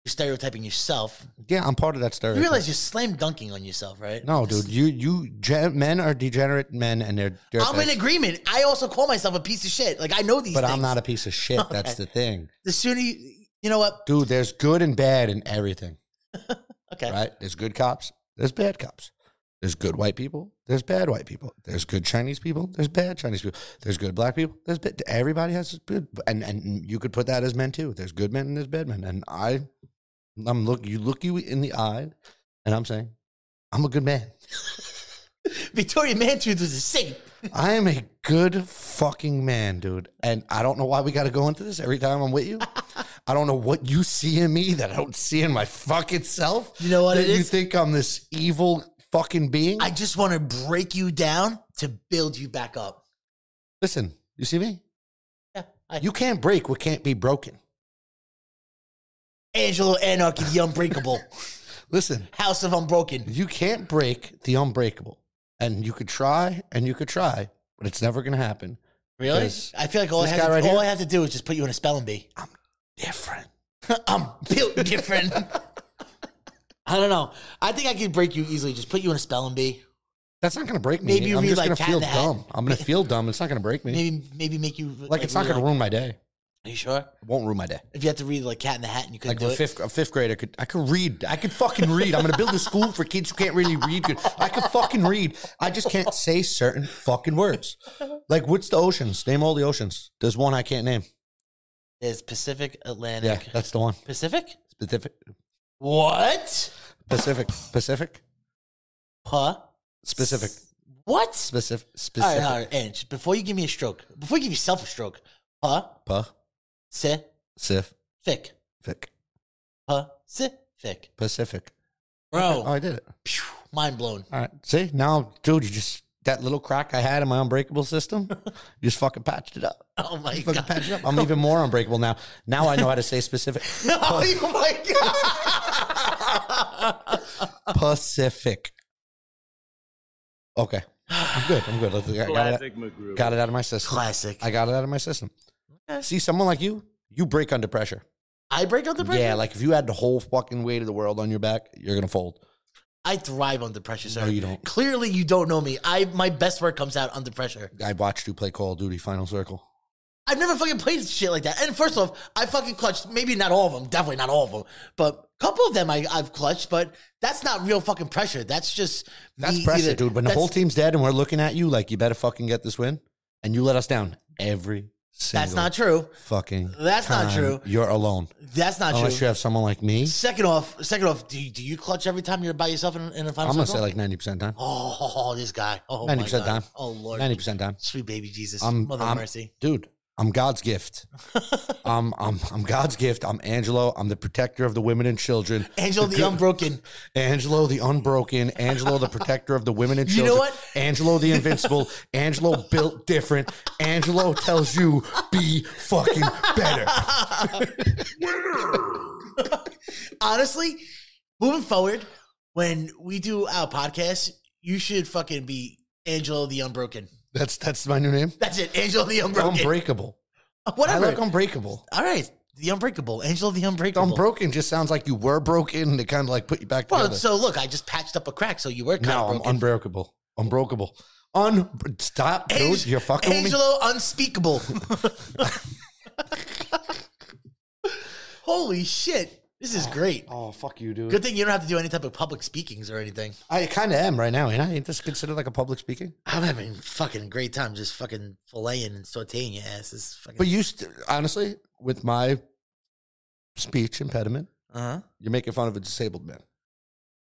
C: You're stereotyping yourself.
D: Yeah, I'm part of that stereotype.
C: You realize you're slam dunking on yourself, right?
D: No, dude, you you gen- men are degenerate men, and they're. they're
C: I'm in agreement. I also call myself a piece of shit. Like I know these.
D: but I'm
C: things.
D: not a piece of shit. That's the thing,
C: The sooner you, you know what?
D: dude. There's good and bad in everything,
C: Okay.
D: right? There's good cops. There's bad cops. There's good white people. There's bad white people. There's good Chinese people. There's bad Chinese people. There's good black people. There's bad. Everybody has good, and and you could put that as men too. There's good men and there's bad men, and I, I'm look you look you in the eye, and I'm saying, I'm a good man.
C: Victoria Mantooth was a saint.
D: I am a good fucking man, dude. And I don't know why we got to go into this every time I'm with you. I don't know what you see in me that I don't see in my fucking self.
C: You know what
D: that
C: it
D: You
C: is?
D: think I'm this evil fucking being?
C: I just want to break you down to build you back up.
D: Listen, you see me?
C: Yeah, I-
D: You can't break what can't be broken.
C: Angelo Anarchy, the Unbreakable,
D: Listen,
C: House of Unbroken.
D: you can't break the unbreakable. And you could try and you could try, but it's never going to happen.
C: Really?
D: Yes.
C: I feel like all, I
D: This
C: have,
D: guy
C: to,
D: right
C: all
D: here?
C: I have to do is just put you in a spelling bee.
D: Different.
C: I'm built different. I don't know. I think I could break you easily. Just put you in a spelling bee.
D: That's not going to break me.
C: Maybe you
D: I'm
C: read,
D: just
C: like,
D: going to
C: Cat
D: feel
C: in the Hat.
D: dumb. I'm going to feel dumb. It's not going to break me.
C: Maybe maybe make you
D: like, it's not
C: really
D: going to ruin my day.
C: Are you sure?
D: It won't ruin my day.
C: If you had to read like Cat in the Hat and you couldn't
D: Like
C: do
D: the
C: it,
D: fifth, a fifth grader could, I could read. I could fucking read. I'm gonna build a school for kids who can't really read. Good. I could fucking read. I just can't say certain fucking words. Like, what's the oceans? Name all the oceans. There's one I can't name.
C: there's Pacific,
D: Yeah,
C: Atlantic,
D: that's the one.
C: Pacific.
D: Pacific,
C: What?
D: Pacific, Pacific,
C: Huh?
D: specific,
C: What?
D: specific,
C: All right,
D: specific.
C: all right, Ange. Before you give me a stroke, before you give yourself a stroke, huh? Pacific.
D: Pacific,
C: Pacific.
D: Pacific.
C: Bro,
D: Oh, I did it.
C: phew, mind blown.
D: All right. See now, dude, you just that little crack I had in my unbreakable system, you just fucking patched it up.
C: Oh my
D: fucking
C: god.
D: patch it up. I'm even more unbreakable now. Now I know how to say specific.
C: oh my
D: Pacific. Okay. I'm good. I'm good. Let's- I got, it,
F: Classic McGrew.
D: got it out of my system.
C: Classic.
D: I got it out of my system. See, someone like you, you break under pressure.
C: I break under pressure.
D: Yeah, like if you had the whole fucking weight of the world on your back, you're gonna fold.
C: I thrive under pressure, sir.
D: No, you don't.
C: Clearly, you don't know me. I my best work comes out under pressure.
D: I watched you play Call of Duty Final Circle.
C: I've never fucking played shit like that. And first off, I fucking clutched. Maybe not all of them. Definitely not all of them. But a couple of them I, I've clutched. But that's not real fucking pressure. That's just
D: That's
C: me
D: pressure,
C: either-
D: dude. When the
C: that's-
D: whole team's dead and we're looking at you like you better fucking get this win, and you let us down every single.
C: That's not true.
D: fucking.
C: That's not
D: time
C: true.
D: You're alone
C: That's not
D: unless
C: true.
D: you have someone like me.
C: Second off, second off, do you, do you clutch every time you're by yourself in, in a
D: I'm
C: final?
D: gonna say
C: circle?
D: like ninety percent time.
C: oh, this guy, oh my
D: 90%
C: god,
D: time.
C: oh lord,
D: Ninety percent time.
C: sweet baby Jesus,
D: I'm-
C: mother of
D: I'm-
C: mercy.
D: dude, I'm God's gift. I'm, I'm, I'm God's gift. I'm Angelo. I'm the protector of the women and children.
C: Angel the
D: good-
C: Unbroken.
D: Angelo the unbroken. Angelo the protector of the women and
C: You know
D: children.
C: what?
D: Angelo the invincible. Angelo built different. Angelo tells you be fucking better.
C: Honestly, moving forward, when we do our podcast, you should fucking be Angelo the Unbroken.
D: That's that's my new name.
C: That's it, Angelo the Unbroken.
D: Unbreakable.
C: Whatever.
D: I like unbreakable.
C: All right, the Unbreakable, Angelo the Unbreakable.
D: Unbroken just sounds like you were broken. and It kind of like put you back together.
C: well, so look, I just patched up a crack, so you were kind
D: no,
C: of
D: I'm
C: broken.
D: unbreakable. Unbreakable. Un stop, dude.
C: Ang-
D: You're fucking with me.
C: Angelo Unspeakable. Holy shit. This is great.
D: Oh fuck you, dude.
C: Good thing you don't have to do any type of public speakings or anything.
D: I kind of am right now, ain't I? Ain't this considered like a public speaking?
C: I'm having fucking great time just fucking filleting and sauteing your ass. It's fucking.
D: But you st- honestly, with my speech impediment,
C: uh-huh.
D: you're making fun of a disabled man.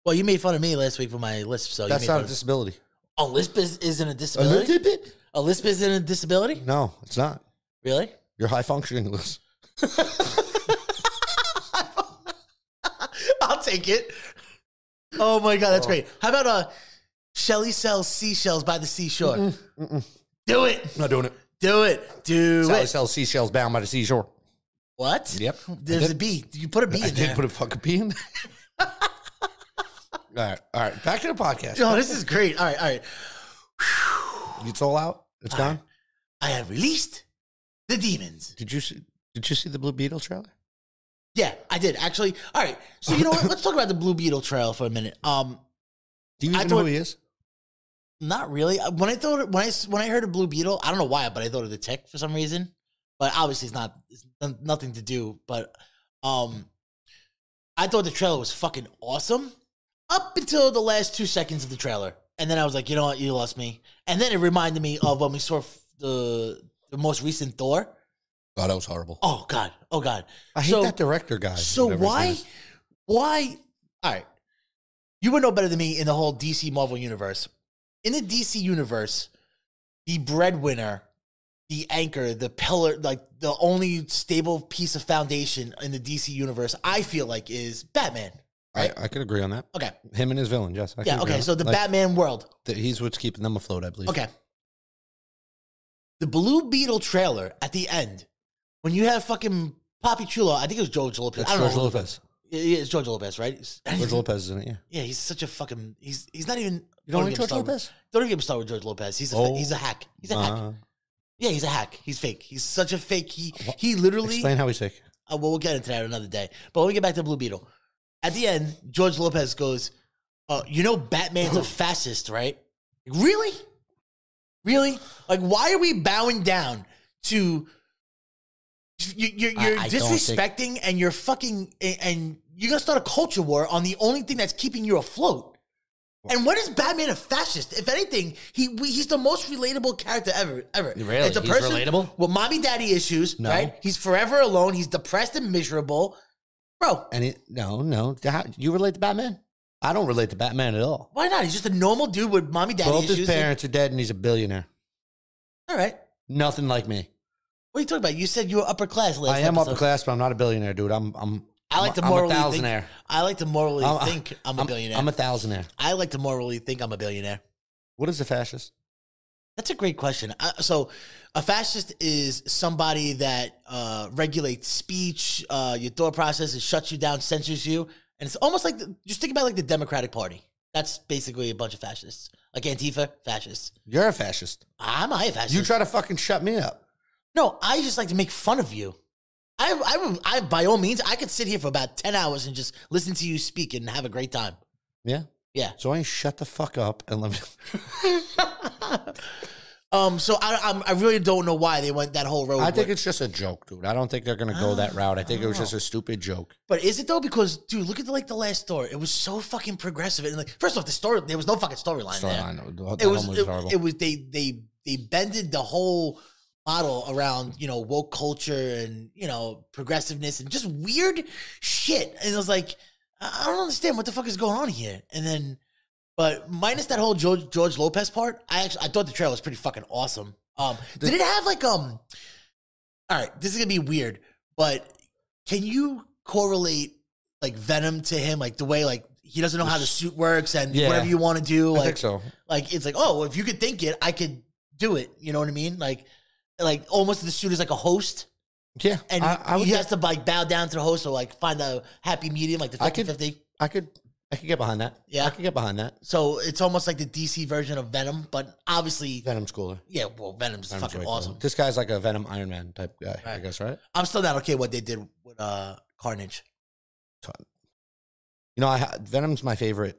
C: Well, you made fun of me last week for my lisp, so
D: That's
C: you made
D: not a
C: fun of-
D: disability.
C: Oh, lisp is, isn't a
D: A
C: disability.
D: little bit?
C: A lisp isn't a disability.
D: No, it's not.
C: Really?
D: You're high functioning, Liz.
C: I'll take it. Oh my god, that's great. How about uh, Shelly sells seashells by the seashore? Do it.
D: Not doing it.
C: Do it. Do
D: Sally
C: it.
D: sells seashells bound by the seashore.
C: What?
D: Yep.
C: There's a B. You put a B
D: I
C: in there.
D: did put a fucking pee in. there. all right, all right. Back to the podcast.
C: oh, this is great. All right, all right.
D: It's all out. It's gone.
C: I have released the demons.
D: Did you see? Did you see the Blue Beetle trailer?
C: Yeah, I did actually. All right, so you know what? Let's talk about the Blue Beetle trial for a minute. Um,
D: Do you
C: I
D: even know
C: thought-
D: who he is?
C: not really. Uh, When I thought when I s- when I heard of Blue Beetle, I don't know why, but I thought of the tech for some reason. But obviously, it's not it's n- nothing to do. But um, I thought the trailer was fucking awesome up until the last two seconds of the trailer, and then I was like, you know what, you lost me. And then it reminded me of when we saw f- the the most recent Thor.
D: God, that was horrible.
C: Oh god, oh god.
D: I hate
C: so-
D: that director guy.
C: So
D: whatever his name
C: why,
D: is.
C: why? All right, you would know better than me in the whole DC Marvel universe. In the DC universe, the breadwinner, the anchor, the pillar, like the only stable piece of foundation in the DC universe, I feel like is Batman. right?
D: I, I could agree on that.
C: Okay,
D: Him and his villain, yes. I can
C: yeah,
D: agree
C: okay.
D: on
C: So
D: it.
C: the
D: Like,
C: Batman world,
D: that he's what's keeping them afloat, I believe.
C: okay. The Blue Beetle trailer at the end, when you have fucking Poppy Chulo, I think it was Joe Lopez.
D: That's
C: I don't
D: George
C: know.
D: Lopez.
C: Yeah, yeah, it's George Lopez, right?
D: George Lopez is in it. Yeah.
C: Yeah, he's such a fucking. He's he's not even.
D: You don't like
C: get me
D: George
C: started with-
D: Lopez?
C: Don't even get me started with George Lopez. He's a fa-
D: Oh.
C: he's a hack. He's a hack.
D: Uh,
C: Yeah, he's a hack. He's fake. He's such a fake. He he literally.
D: explain how he's sick.
C: Uh, well, we'll get into that another day. But when we get back to Blue Beetle, at the end, George Lopez goes, uh, "You know, Batman's a fascist, right? Like, really, really? Like, why are we bowing down to? You, you're
E: I-
C: you're
E: I don't think-
C: disrespecting, and you're fucking, and- and you're gonna start a culture war on the only thing that's keeping you afloat." And what is Batman a fascist? If anything, he we, he's the most relatable character ever. Ever.
E: Really?
C: It's a
E: He's
C: person
E: relatable?
C: with mommy daddy issues,
D: No.
C: right? He's forever alone. He's depressed and miserable. Bro,
D: And it, no, no. How- you relate to Batman? I don't relate to Batman at all.
C: why not? He's just a normal dude with mommy daddy
D: Both
C: issues.
D: his parents are dead and he's a billionaire.
C: All right.
D: Nothing like me.
C: What are you talking about? You said you were upper class last
D: I am
C: episode.
D: upper class, but I'm not a billionaire, dude. I'm I'm
C: I like to
D: I'm a
C: morally think.
D: thousandaire.
C: I like to morally
D: I'm-
C: think I'm, a billionaire.
D: I'm a thousandaire.
C: I like to morally think I'm a billionaire.
D: What is a fascist?
C: That's a great question. I, so, a fascist is somebody that uh, regulates speech, uh, your thought process, it shuts you down, censors you, and it's almost like the, just think about like the Democratic Party. That's basically a bunch of fascists, like Antifa fascists.
D: You're a fascist.
C: I'm I a fascist.
D: You try to fucking shut me up.
C: no, I just like to make fun of you. I, I, would- I, by all means, I could sit here for about ten hours and just listen to you speak and have a great time.
D: Yeah.
C: Yeah.
D: So I shut the fuck up and let me.
C: Um. So I, I'm, I really don't know why they went that whole road.
D: I think
C: with-
D: it's just a joke, dude. I don't think they're gonna go that route. I think it was
C: Oh.
D: just a stupid joke.
C: But is it though? Because dude, look at the, like the last story. It was so fucking progressive. And like, first off, the story there was no fucking storyline there.
D: Storyline. The whole-
C: It
D: that
C: was
D: one
C: it,
D: horrible.
C: it was they they they bended the whole model around you know woke culture and you know progressiveness and just weird shit. And it was like I I don't understand what the fuck is going on here. And then, but minus that whole George, George Lopez part, I actually I thought the trailer was pretty fucking awesome. Um, did it have like um? All right, this is gonna be weird, but can you correlate like Venom to him, like the way like he doesn't know how the suit works and
D: Yeah.
C: whatever you want to do,
D: I
C: like
D: think so.
C: like it's like oh if you could think it, I could do it. You know what I mean? Like like almost the suit is like a host.
D: Yeah.
C: And
D: I, I would.
C: he
D: get-
C: has to like bow down to the host or like find a happy medium, like the 50
D: I could-
C: 50.
D: I could. I could get behind that.
C: Yeah.
D: I could get behind that.
C: So it's almost like the DC version of Venom, but obviously,
D: Venom's cooler.
C: yeah, well, Venom's,
D: Venom's way
C: fucking
D: cooler.
C: awesome.
D: This guy's like a Venom Iron Man type guy. I
C: Right.
D: guess right.
C: I'm still not okay what they did with uh Carnage.
D: You know, I ha- Venom's my favorite.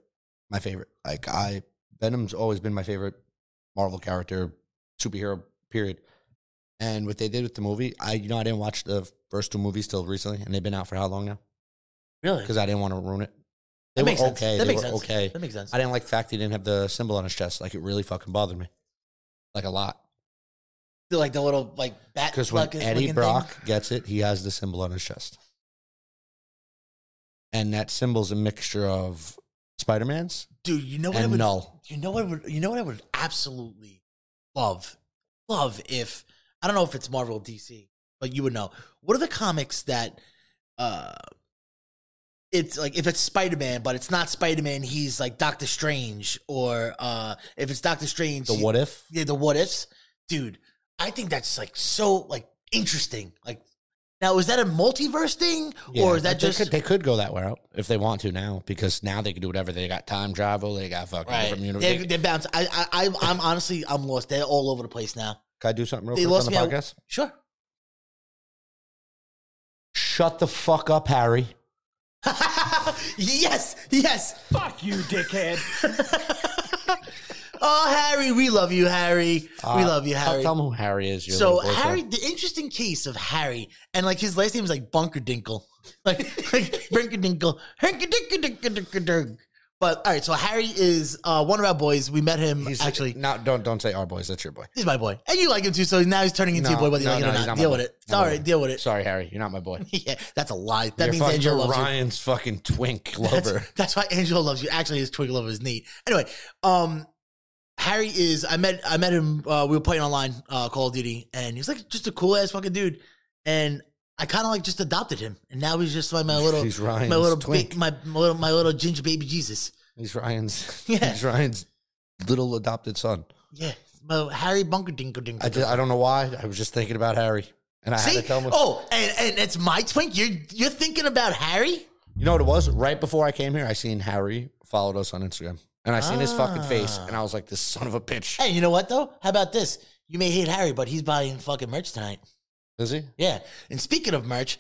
D: My favorite. Like I, Venom's always been my favorite Marvel character, superhero. Period. And what they did with the movie, I you know I didn't watch the first two movies till recently, and they've been out for how long now?
C: Really?
D: Because I didn't want to ruin it. They
C: That
D: were
C: makes sense.
D: okay.
C: That
D: they
C: makes
D: were
C: sense.
D: okay.
C: That makes sense.
D: I didn't like the fact he didn't have the symbol on his chest. Like it really fucking bothered me, like a lot.
C: They're like the little like bat.
D: Because when
C: fucking-
D: Eddie
C: looking
D: Brock
C: thing.
D: gets it, he has the symbol on his chest. And that symbol's a mixture of Spider Man's
C: dude, you know what I
D: and
C: would,
D: Null.
C: you know what I would, you know what I would absolutely love, love if I don't know if it's Marvel or DC, but you would know. What are the comics that, uh, it's like if it's Spider Man, but it's not Spider Man, he's like Doctor Strange, or uh, if it's Doctor Strange,
D: The
C: he-
D: what if?
C: yeah, the what ifs, dude. I think that's like so like interesting. Like, now is that a multiverse thing, or
D: Yeah,
C: is that
D: they
C: just
D: could, they could go that route if they want to now because now they can do whatever they got time travel they got fucking
C: right?
D: different universe.
C: They're, they're bounced. I, I, I'm, I'm honestly, I'm lost. They're all over the place now.
D: Can I do something real
C: they
D: quick
C: lost
D: on the
C: me at-
D: podcast?
C: Sure.
D: Shut the fuck up, Harry.
C: yes, yes.
F: Fuck you, dickhead.
C: Oh, Harry, we love you, Harry. we
D: Uh,
C: love you,
D: Tell,
C: Harry.
D: tell him who Harry is. your
C: So
D: little boyfriend.
C: Harry, the interesting case of Harry, and like his last name is like Bunkerdinkel, like like Brinkerdinkel, Hinkerdinkedinkedinkedink. But all right, so Harry is uh, one of our boys. We met him
D: He's
C: actually.
D: actually no. Don't don't say our boys. That's your boy.
C: he's my boy, and you like him too. So now he's turning into
D: No,
C: your boy, whether you
D: no,
C: like
D: no,
C: it or
D: he's
C: not.
D: not my
C: Deal
D: boy.
C: with it. It's
D: Not
C: all
D: my
C: right,
D: boy.
C: deal with it.
D: Sorry, Harry. You're not my boy.
C: Yeah, that's a lie. That
D: you're
C: means
D: fucking,
C: Angela
D: you're
C: loves you.
D: Ryan's fucking twink lover.
C: That's, that's why Angela loves you. Actually, his twig lover is Nate. Anyway, um, Harry is. I met. I met him. Uh, we were playing online uh, Call of Duty, and he's like just a cool ass fucking dude. And I kind of like just adopted him, and now he's just like my little,
D: he's Ryan's
C: my little,
D: twink.
C: big, my, my little, my little ginger baby Jesus.
D: He's Ryan's.
C: Yeah.
D: He's Ryan's little adopted son.
C: Yeah, my Harry Bunker Dinkle Dinkle.
D: I just, I don't know why. I was just thinking about Harry, and I
C: See,
D: had to tell him.
C: oh, and and it's my twink. You're you're thinking about Harry?
D: You know what it was? Right before I came here, I seen Harry followed us on Instagram, and I seen his fucking face,
C: Ah.
D: and I was like, "This son of a bitch."
C: Hey, you know what though? How about this? You may hate Harry, but he's buying fucking merch tonight.
D: Is he?
C: Yeah. And speaking of merch,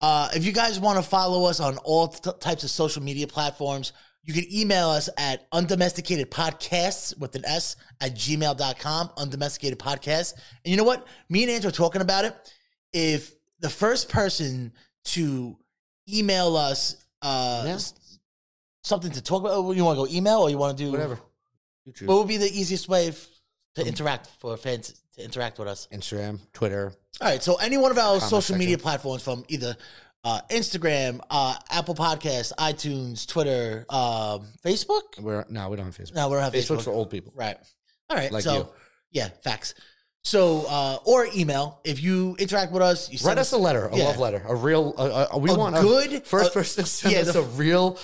C: uh, if you guys want to follow us on all t- types of social media platforms, you can email us at undomesticatedpodcasts with an S at gmail.com, undomesticated podcast. And you know what? Me and Andrew are talking about it. If the first person to email us uh,
D: Yeah.
C: s- something to talk about, you want to go email or you want to do
D: Whatever. Um, You choose.
C: What would be the easiest way f- to interact for fans to interact with us?
D: Instagram, Twitter.
C: All right. So any one of our social
D: section.
C: media platforms from either uh, Instagram, uh, Apple Podcasts, iTunes, Twitter, um, Facebook.
D: We're no, we don't have Facebook.
C: No, we don't have
D: Facebook's
C: Facebook.
D: for old people.
C: Right. All right.
D: Like
C: so
D: you.
C: yeah, facts. So uh, or email if you interact with us. You send
D: Write us a letter, a
C: Yeah.
D: love letter, a real. Uh, uh, we
C: A
D: want a,
C: good-
D: first
C: a-
D: person to send
C: yeah,
D: us
C: the-
D: a real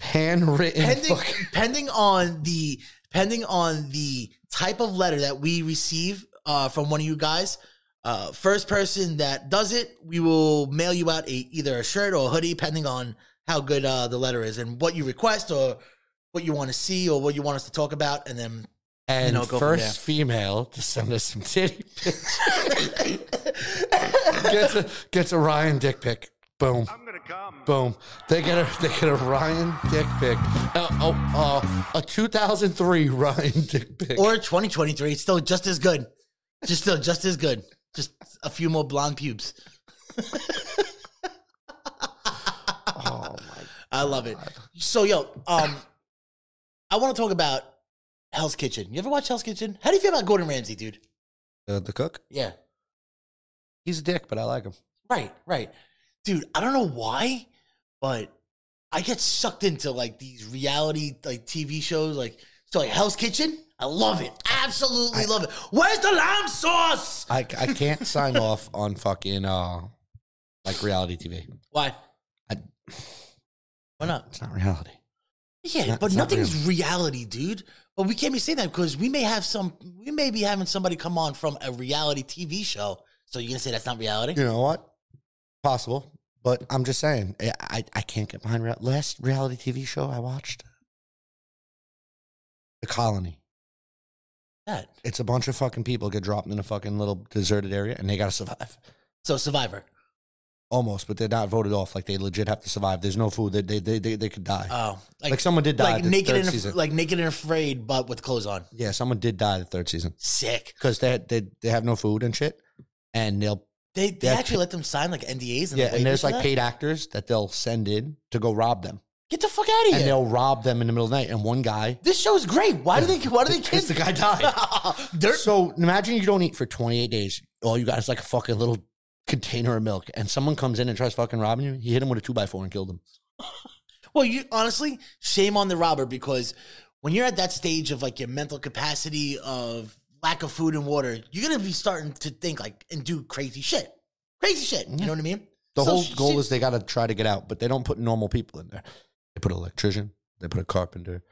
D: handwritten.
C: pending
D: fuck-
C: pending on the pending on the type of letter that we receive uh, from one of you guys. Uh, first person that does it, we will mail you out a either a shirt or a hoodie, depending on how good uh, the letter is and what you request or what you want to see or what you want us to talk about, and then
D: and
C: know, go from there.
D: first female to send us some titty pics gets a gets a Ryan dick pic. Boom. I'm gonna come. Boom. They get a they get a Ryan dick pic. Uh, oh, uh, a 2003 Ryan dick pic.
C: or 2023. It's still just as good, just still just as good. Just a few more blonde pubes.
D: oh my.
C: I love it. So yo, um, I want to talk about Hell's Kitchen. You ever watch Hell's Kitchen? How do you feel about Gordon Ramsay, dude?
D: Uh, the cook.
C: Yeah,
D: He's a dick, but I like him.
C: right, right, dude. I don't know why, but I get sucked into like these reality like TV shows, like so like Hell's Kitchen. I love it, absolutely love it. Where's the lime sauce?
D: I, I can't sign off on fucking uh like reality TV.
C: Why?
D: I-
C: Why not?
D: It's not reality.
C: Yeah,
D: not-
C: but
D: it's not
C: nothing's reality, dude. But we can't be saying that because we may have some, we may be having somebody come on from a reality TV show. So you're gonna say that's not reality?
D: You know what? Possible, but I'm just saying I I, I can't get behind real- last reality TV show I watched. The Colony.
C: That.
D: It's a bunch of fucking people get dropped in a fucking little deserted area and they gotta survive.
C: So Survivor.
D: Almost, but they're not voted off. Like they legit have to survive. There's no food. They they they they, they could die.
C: Oh,
D: like,
C: like
D: someone did die.
C: like
D: the
C: naked
D: third
C: and
D: season.
C: like naked and afraid, but with clothes on.
D: yeah, someone did die the third season
C: Sick.
D: because they had- they they have no food and shit, and they'll
C: They they
D: Yeah,
C: actually let them sign like NDAs. And
D: yeah, and there's like
C: pay-
D: paid actors that they'll send in to go rob them,
C: get the fuck out of
D: and
C: here.
D: they'll rob them in the middle of the night. And one guy
C: This show is great. Why do they? Why do they?
D: Because
C: Kids?
D: the guy died.
C: Dirt.
D: So imagine you don't eat for 28 days. All you got is like a fucking little container of milk, and someone comes in and tries fucking robbing you. He hit him with a two by four and killed him.
C: Well, you honestly, shame on the robber because when you're at that stage of like your mental capacity of lack of food and water, you're gonna be starting to think like and do crazy shit, crazy shit. You know what I mean?
D: The
C: So
D: whole
C: she-
D: goal is they got to try to get out, but they don't put normal people in there. They put an electrician, they put a carpenter,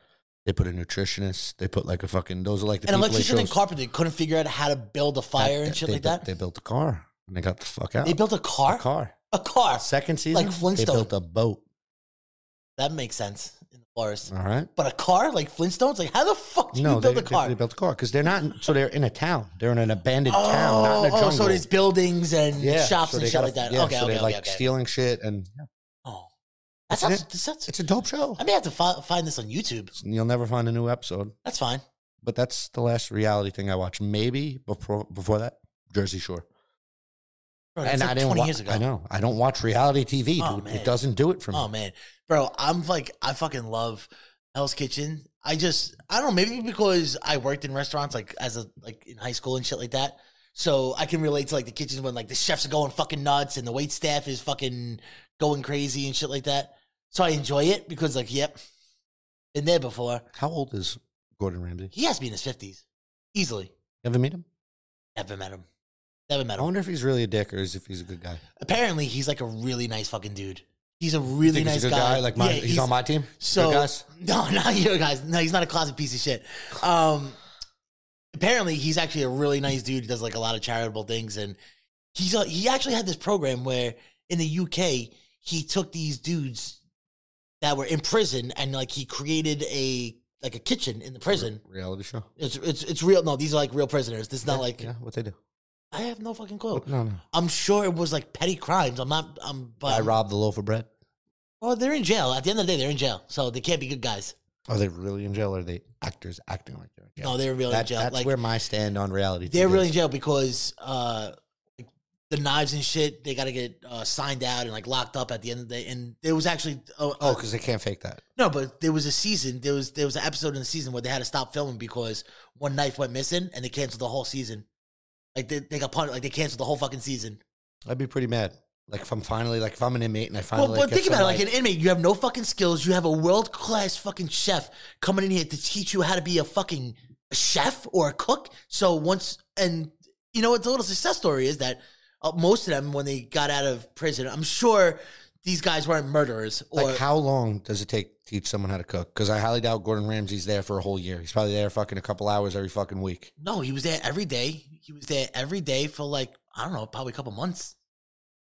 D: they put a nutritionist, they put like a fucking. Those are like the
C: an
D: people they
C: electrician and
D: chose
C: carpenter couldn't figure out how to build a
D: that-
C: fire and
D: that
C: shit
D: they
C: like
D: built-
C: that.
D: They built a car and they got the fuck out.
C: They built a car,
D: a car.
C: a car.
D: Second season,
C: Flintstone.
D: they built a boat.
C: That makes sense. forest.
D: All right.
C: But a car like Flintstones, like how the fuck do
D: No,
C: you
D: they,
C: build a
D: they-
C: car?
D: They, built a car because they're not. So they're in a town. They're in an abandoned town, not
C: oh,
D: in a jungle.
C: oh, so there's buildings and
D: yeah,
C: shops
D: so
C: and
D: they
C: shit
D: gotta-
C: like that.
D: Yeah,
C: okay,
D: so
C: okay,
D: they're
C: okay,
D: like
C: okay.
D: stealing shit, and yeah,
C: Oh, that sounds.
D: it.
C: That sounds
D: it's a dope show.
C: I may have to fi- find this on YouTube.
D: You'll never find a new episode,
C: That's fine.
D: but that's the last reality thing I watched. Maybe before before that, Jersey Shore.
C: Bro, that's like
D: I didn't
C: 20
D: wa-
C: years ago.
D: I know. I don't watch reality TV.
C: Oh,
D: dude.
C: man.
D: It doesn't do it for me.
C: Oh man, bro, I'm like I fucking love Hell's Kitchen. I just I don't know maybe because I worked in restaurants like as a like in high school and shit like that. So I can relate to like the kitchens when like the chefs are going fucking nuts and the wait staff is fucking going crazy and shit like that. So I enjoy it because like yep, been there before.
D: How old is Gordon Ramsay?
C: He has to be in his fifties, easily.
D: Ever meet him?
C: Never met him. Never met
D: I
C: him.
D: wonder if he's really a dick or is if he's a good guy.
C: Apparently he's like a really nice fucking dude. He's a
D: You
C: really
D: think
C: nice
D: he's a good
C: guy.
D: guy. Like my,
C: Yeah,
D: he's, on my team.
C: So
D: good guys.
C: no, not you guys. No, he's not a closet piece of shit. Um, apparently, he's actually a really nice dude. He does like a lot of charitable things, and he's a, he actually had this program where in the UK he took these dudes that were in prison and like he created a like a kitchen in the prison.
D: reality show.
C: It's it's it's real. No, these are like real prisoners. This is not like Oh,
D: yeah, what they do?
C: I have no fucking clue.
D: No, no.
C: I'm sure it was like petty crimes. I'm not. I'm but
D: I robbed the loaf of bread.
C: Well, they're in jail. At the end of the day, they're in jail, so they can't be good guys.
D: Are they really in jail? Or are they actors acting like they're in jail?
C: No, they're really in
D: That-
C: jail.
D: That's
C: like,
D: where my stand on reality.
C: They're
D: TV
C: really in
D: is.
C: jail because uh, like, the knives and shit. They got to get uh, signed out and like locked up at the end of the day. And there was actually oh,
D: Oh, because they can't fake that.
C: no, but there was a season. There was there was an episode in the season where they had to stop filming because one knife went missing and they canceled the whole season. Like they, they got punished. Like they canceled the whole fucking season.
D: I'd be pretty mad. Like if I'm finally like if I'm an inmate and I finally.
C: Well, but
D: get
C: think about
D: some,
C: it. Like an inmate, you have no fucking skills. You have a world class fucking chef coming in here to teach you how to be a fucking chef or a cook. So once and you know what the little success story is that uh, most of them when they got out of prison, I'm sure these guys weren't murderers or
D: Like, how long does it take to teach someone how to cook? Because I highly doubt Gordon Ramsay's there for a whole year. He's probably there fucking a couple hours every fucking week.
C: no. He was there every day. He was there every day for like I don't know, probably a couple months,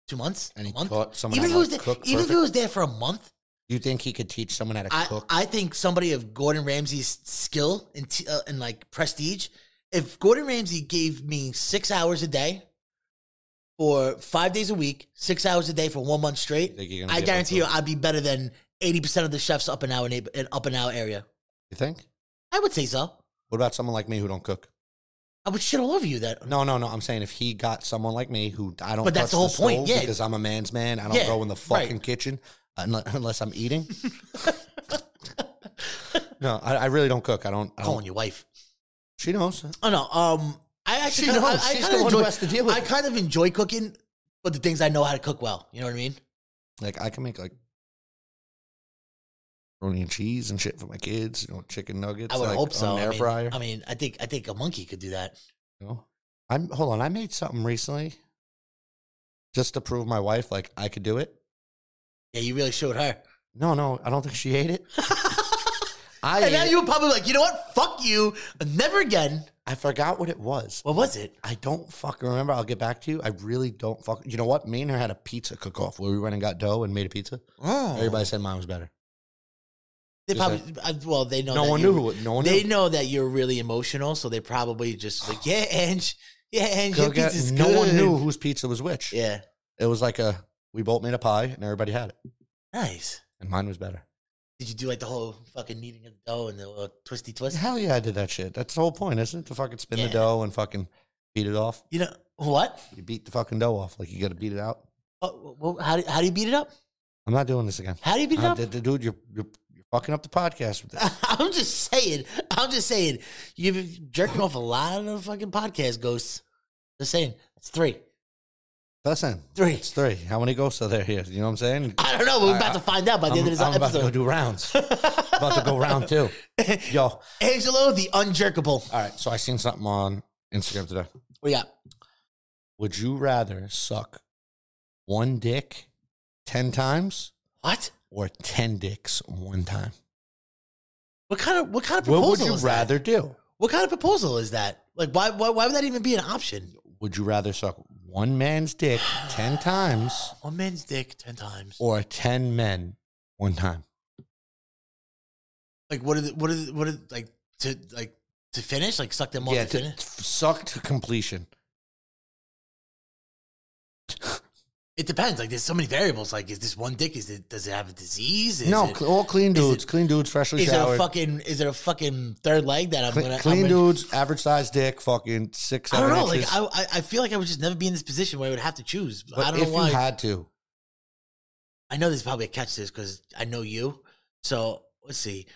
C: two months,
D: And
C: a
D: he
C: month.
D: taught someone
C: Even if,
D: how
C: he
D: to
C: was there,
D: cook.
C: even if he
D: perfect?
C: was there for a month,
D: you think he could teach someone how to
C: I,
D: cook?
C: I think somebody of Gordon Ramsay's skill and t- uh, and like prestige, if Gordon Ramsay gave me six hours a day for five days a week, six hours a day for one month
D: You
C: straight,
D: think you're gonna be
C: I
D: able
C: guarantee
D: to-
C: you I'd be better than eighty percent of the chefs up in our neighbor, in up in our area.
D: You think?
C: I would say so.
D: What about someone like me who don't cook?
C: I would shit all over you. That
D: No, no, no. I'm saying if he got someone like me who I don't.
C: But
D: touch
C: that's the whole point,
D: stove
C: yeah.
D: Because I'm a man's man. I don't
C: Yeah,
D: go in the
C: right.
D: fucking kitchen unless, unless I'm eating. no, I, I really don't cook. I don't. I
C: calling
D: don't
C: your wife.
D: she knows.
C: Oh no. Um, I actually
D: Oh. She
C: kinda,
D: knows.
C: I, I
D: She's
C: kinda
D: the one who
C: enjoy,
D: has to deal with
C: I
D: it.
C: kind of enjoy cooking, but the things I know how to cook well. You know what I mean?
D: Like I can make like macaroni and cheese and shit for my kids. You know, chicken nuggets.
C: I would
D: like,
C: hope so.
D: On an
C: I
D: air
C: mean-
D: fryer.
C: I mean, I think I think a monkey could do that.
D: you know? I'm hold on. I made something recently just to prove my wife like I could do it.
C: Yeah, you really showed her.
D: No, no, I don't think she ate it. I
C: and now
D: ate it.
C: you were probably like, you know what? Fuck you. Never again.
D: I forgot what it was.
C: What was it?
D: I don't fucking remember. I'll get back to you. I really don't fuck. You know what? Me and her had a pizza cook off where we went and got dough and made a pizza.
C: Oh,
D: Everybody said mine was better.
C: They
D: is
C: probably. I, well, they know.
D: No,
C: that
D: one
C: you-
D: knew. Who, no one
C: They
D: knew.
C: know that you're really emotional, so they probably just like, yeah, Ange, yeah, Ange,
D: Go
C: your
D: get-
C: pizza's
D: no one
C: good."
D: knew whose pizza was which.
C: Yeah,
D: It was like a we both made a pie and everybody had it,
C: nice.
D: and mine was better.
C: Did you do like the whole fucking kneading of the dough and the uh, twisty twist?
D: Hell yeah, I did that shit. That's the whole point, isn't it? To fucking spin
C: Yeah.
D: the dough and fucking beat it off.
C: You know what?
D: You beat the fucking dough off. Like you got to beat it out.
C: Oh, well, how do, how do you beat it up?
D: I'm not doing this again.
C: How do you beat it
D: Uh,
C: up?
D: d- d- dude, you're, you're you're fucking up the podcast with this.
C: I'm just saying. I'm just saying. You've been jerking off a lot of fucking podcast ghosts. Just saying. It's three.
D: Listen,
C: Three.
D: It's three. How many ghosts are there here? You know what I'm saying?
C: I don't know. We're
D: I-
C: about
D: I-
C: to find out by the
D: I'm,
C: end of this
D: I'm about to go
C: episode.
D: do rounds. about to go round two. Yo, all
C: Angelo, the unjerkable.
D: right. So I seen something on Instagram today.
C: What do you got?
D: Would you rather suck one dick ten times
C: What?
D: or ten dicks one time?
C: What kind of what kind of proposal
D: What would you
C: is
D: rather
C: that?
D: do?
C: What kind of proposal is that? Like why, why why would that even be an option?
D: Would you rather suck one man's dick ten times
C: One man's dick ten times.
D: or ten men one time?
C: Like what are the, what are the, what are like to like to finish? Like suck them off
D: yeah,
C: to,
D: to,
C: finish.
D: suck to completion.
C: It depends. Like there's so many variables. Like is this one dick? Is it does it have a disease? Is
D: no,
C: it,
D: cl- all clean
C: is
D: dudes,
C: it-
D: clean dudes, freshly
C: is it a
D: showered,
C: fucking is it a fucking third leg that I'm
D: clean,
C: gonna
D: clean
C: I'm gonna-
D: dudes, average sized dick, fucking six.
C: I don't
D: seven
C: know. Like
D: inches.
C: I, I I feel like I would just never be in this position where I would have to choose.
D: but
C: I don't
D: if
C: know why.
D: you had to,
C: I know there's probably a catch to this because I know you. So let's see.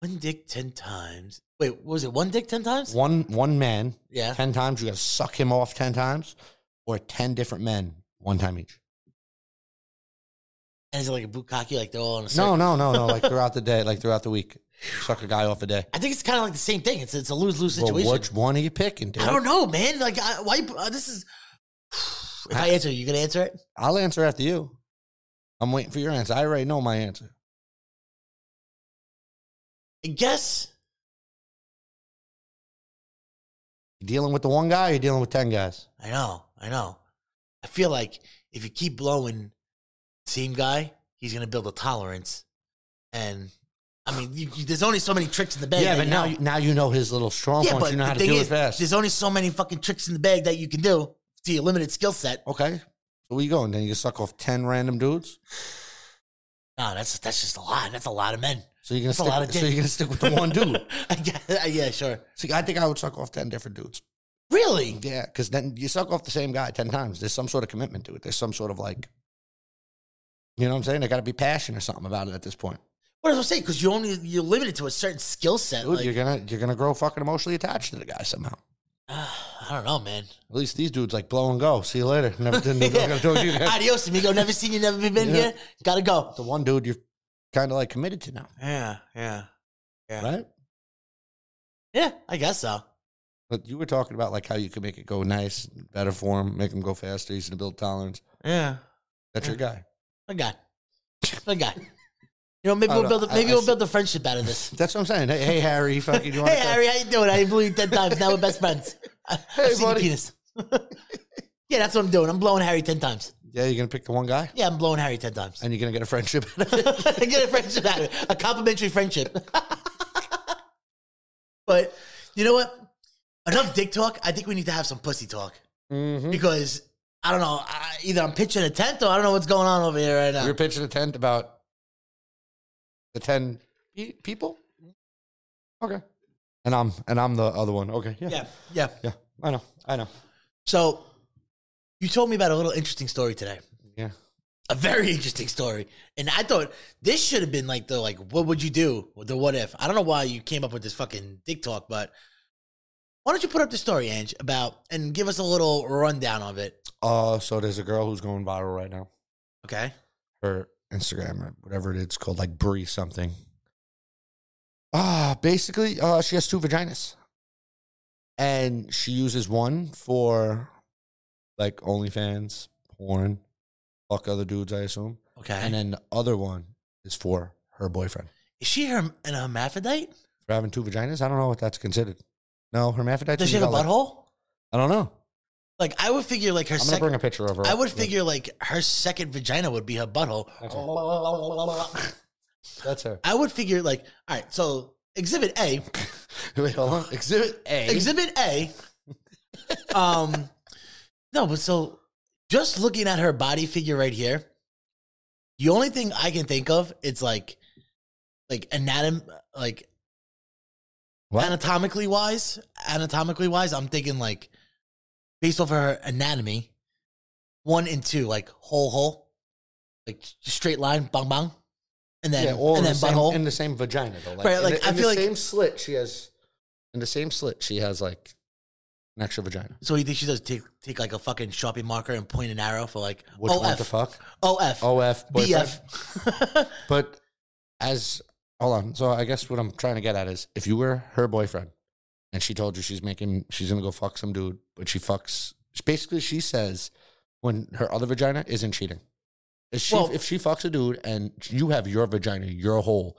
C: One dick ten times. Wait, what was it one dick ten times?
D: one one man
C: yeah.
D: ten times, you got to suck him off ten times, or ten different men one time each.
C: And is it like a bukkake? Like they're all in
D: No,
C: a circle?
D: no, no, no. Like throughout the day, like throughout the week, suck a guy off a day.
C: I think it's kind of like the same thing. It's it's a lose lose
D: Well,
C: situation.
D: which one are you picking, dude?
C: I don't know, man. Like I, why? Uh, this is. If I answer, you gonna answer it?
D: I'll answer after you. I'm waiting for your answer. I already know my answer.
C: I guess.
D: You dealing with the one guy, or you dealing with ten guys?
C: I know. I know. I feel like if you keep blowing same guy, he's gonna build a tolerance, and I mean, you, you, there's only so many tricks in the bag.
D: yeah,
C: that
D: but
C: you
D: now
C: know.
D: you- now you know his little strong
C: yeah,
D: points.
C: but
D: You know how
C: the
D: to
C: thing
D: do
C: is,
D: it fast.
C: there's only so many fucking tricks in the bag that you can do to your limited skill set.
D: Okay, so where you going? Then you suck off ten random dudes.
C: No, that's that's just a lot. That's a lot of men.
D: So you're gonna
C: That's a
D: stick,
C: lot of
D: so
C: dick.
D: you're gonna stick with the one dude.
C: I guess, yeah, sure.
D: See, I think I would suck off ten different dudes.
C: Really?
D: Yeah, because then you suck off the same guy ten times. There's some sort of commitment to it. There's some sort of like, you know what I'm saying? There got to be passion or something about it at this point.
C: What does I say? Because you only you're limited to a certain skill set.
D: Dude,
C: Like,
D: you're gonna you're gonna grow fucking emotionally attached to the guy somehow.
C: I don't know, man.
D: At least these dudes like blow and go. See you later. Never did never gonna do it again.
C: Adios, amigo. Never seen you. Never been
D: Yeah.
C: here. Gotta go.
D: The one dude you're kind of like committed to now,
C: Yeah, yeah, Yeah.
D: right?
C: yeah. I guess so.
D: But you were talking about like how you could make it go nice, better for him, make him go faster. He's gonna build tolerance.
C: Yeah,
D: That's your guy.
C: my guy, my guy. You know, maybe
D: I
C: we'll
D: don't
C: build.
D: know.
C: A,
D: I-
C: maybe
D: I
C: we'll
D: see-
C: build a friendship out of this.
D: That's what I'm saying. Hey, hey Harry, fucking you want
C: hey,
D: to
C: Harry, how you doing? I blew you ten times. Now we're best friends. I,
D: Hey,
C: I've seen your
D: buddy.
C: penis. yeah, that's what I'm doing. I'm blowing Harry ten times.
D: Yeah, you're gonna pick the one guy,
C: Yeah, I'm blowing Harry ten times.
D: and you're gonna get a friendship.
C: get a friendship out of it, a complimentary friendship. but you know what? Enough dick talk. I think we need to have some pussy talk
D: mm-hmm.
C: because I don't know. I, either I'm pitching a tent or I don't know what's going on over here right
D: We
C: now.
D: were pitching a tent about the ten pe- people. Okay, and I'm and I'm the other one. Okay, yeah, yeah,
C: Yeah, yeah.
D: I know, I know.
C: So you told me about a little interesting story today.
D: Yeah.
C: A very interesting story, and I thought this should have been like the like what would you do the what if I don't know why you came up with this fucking dick talk, but why don't you put up the story, Ange, about and give us a little rundown of it?
D: Uh, so there's a girl who's going viral right now.
C: Okay.
D: Her Instagram or whatever it is called, like Brie something. Ah, basically, uh, she has two vaginas, and she uses one for like OnlyFans, porn, fuck other dudes, I assume,
C: Okay.
D: and then the other one is for her boyfriend.
C: is she her, an hermaphrodite?
D: for having two vaginas. I don't know what that's considered. No, hermaphrodite.
C: Does she have a butthole?
D: I don't know.
C: Like I would figure like her
D: I'm gonna
C: second
D: bring a picture of her.
C: I
D: up.
C: would figure like her second vagina would be her butthole.
D: that's her.
C: I would figure like all right, so exhibit A.
D: Wait, hold on. Exhibit A.
C: Exhibit A. um no, but so just looking at her body figure right here, the only thing I can think of it's like like anatom like
D: What?
C: anatomically wise, anatomically wise, I'm thinking like based off of her anatomy, one and two, like whole hole, like straight line, bang bang, and then
D: yeah, all
C: and
D: in,
C: then
D: the same,
C: butthole.
D: in the same vagina though.
C: Right,
D: in
C: like,
D: the,
C: I
D: in
C: feel
D: the
C: like-
D: same slit she has. In the same slit she has like an extra vagina.
C: so you think she does take take like a fucking sharpie marker and point an arrow for like
D: Which
C: OF,
D: what the fuck? Oh,
C: OF,
D: OF. boyfriend.
C: BF.
D: But as hold on, so I guess what I'm trying to get at is if you were her boyfriend and she told you she's making she's gonna go fuck some dude, but she fucks basically she says when her other vagina isn't cheating. If she,
C: Well-
D: if she fucks a dude and you have your vagina, your hole,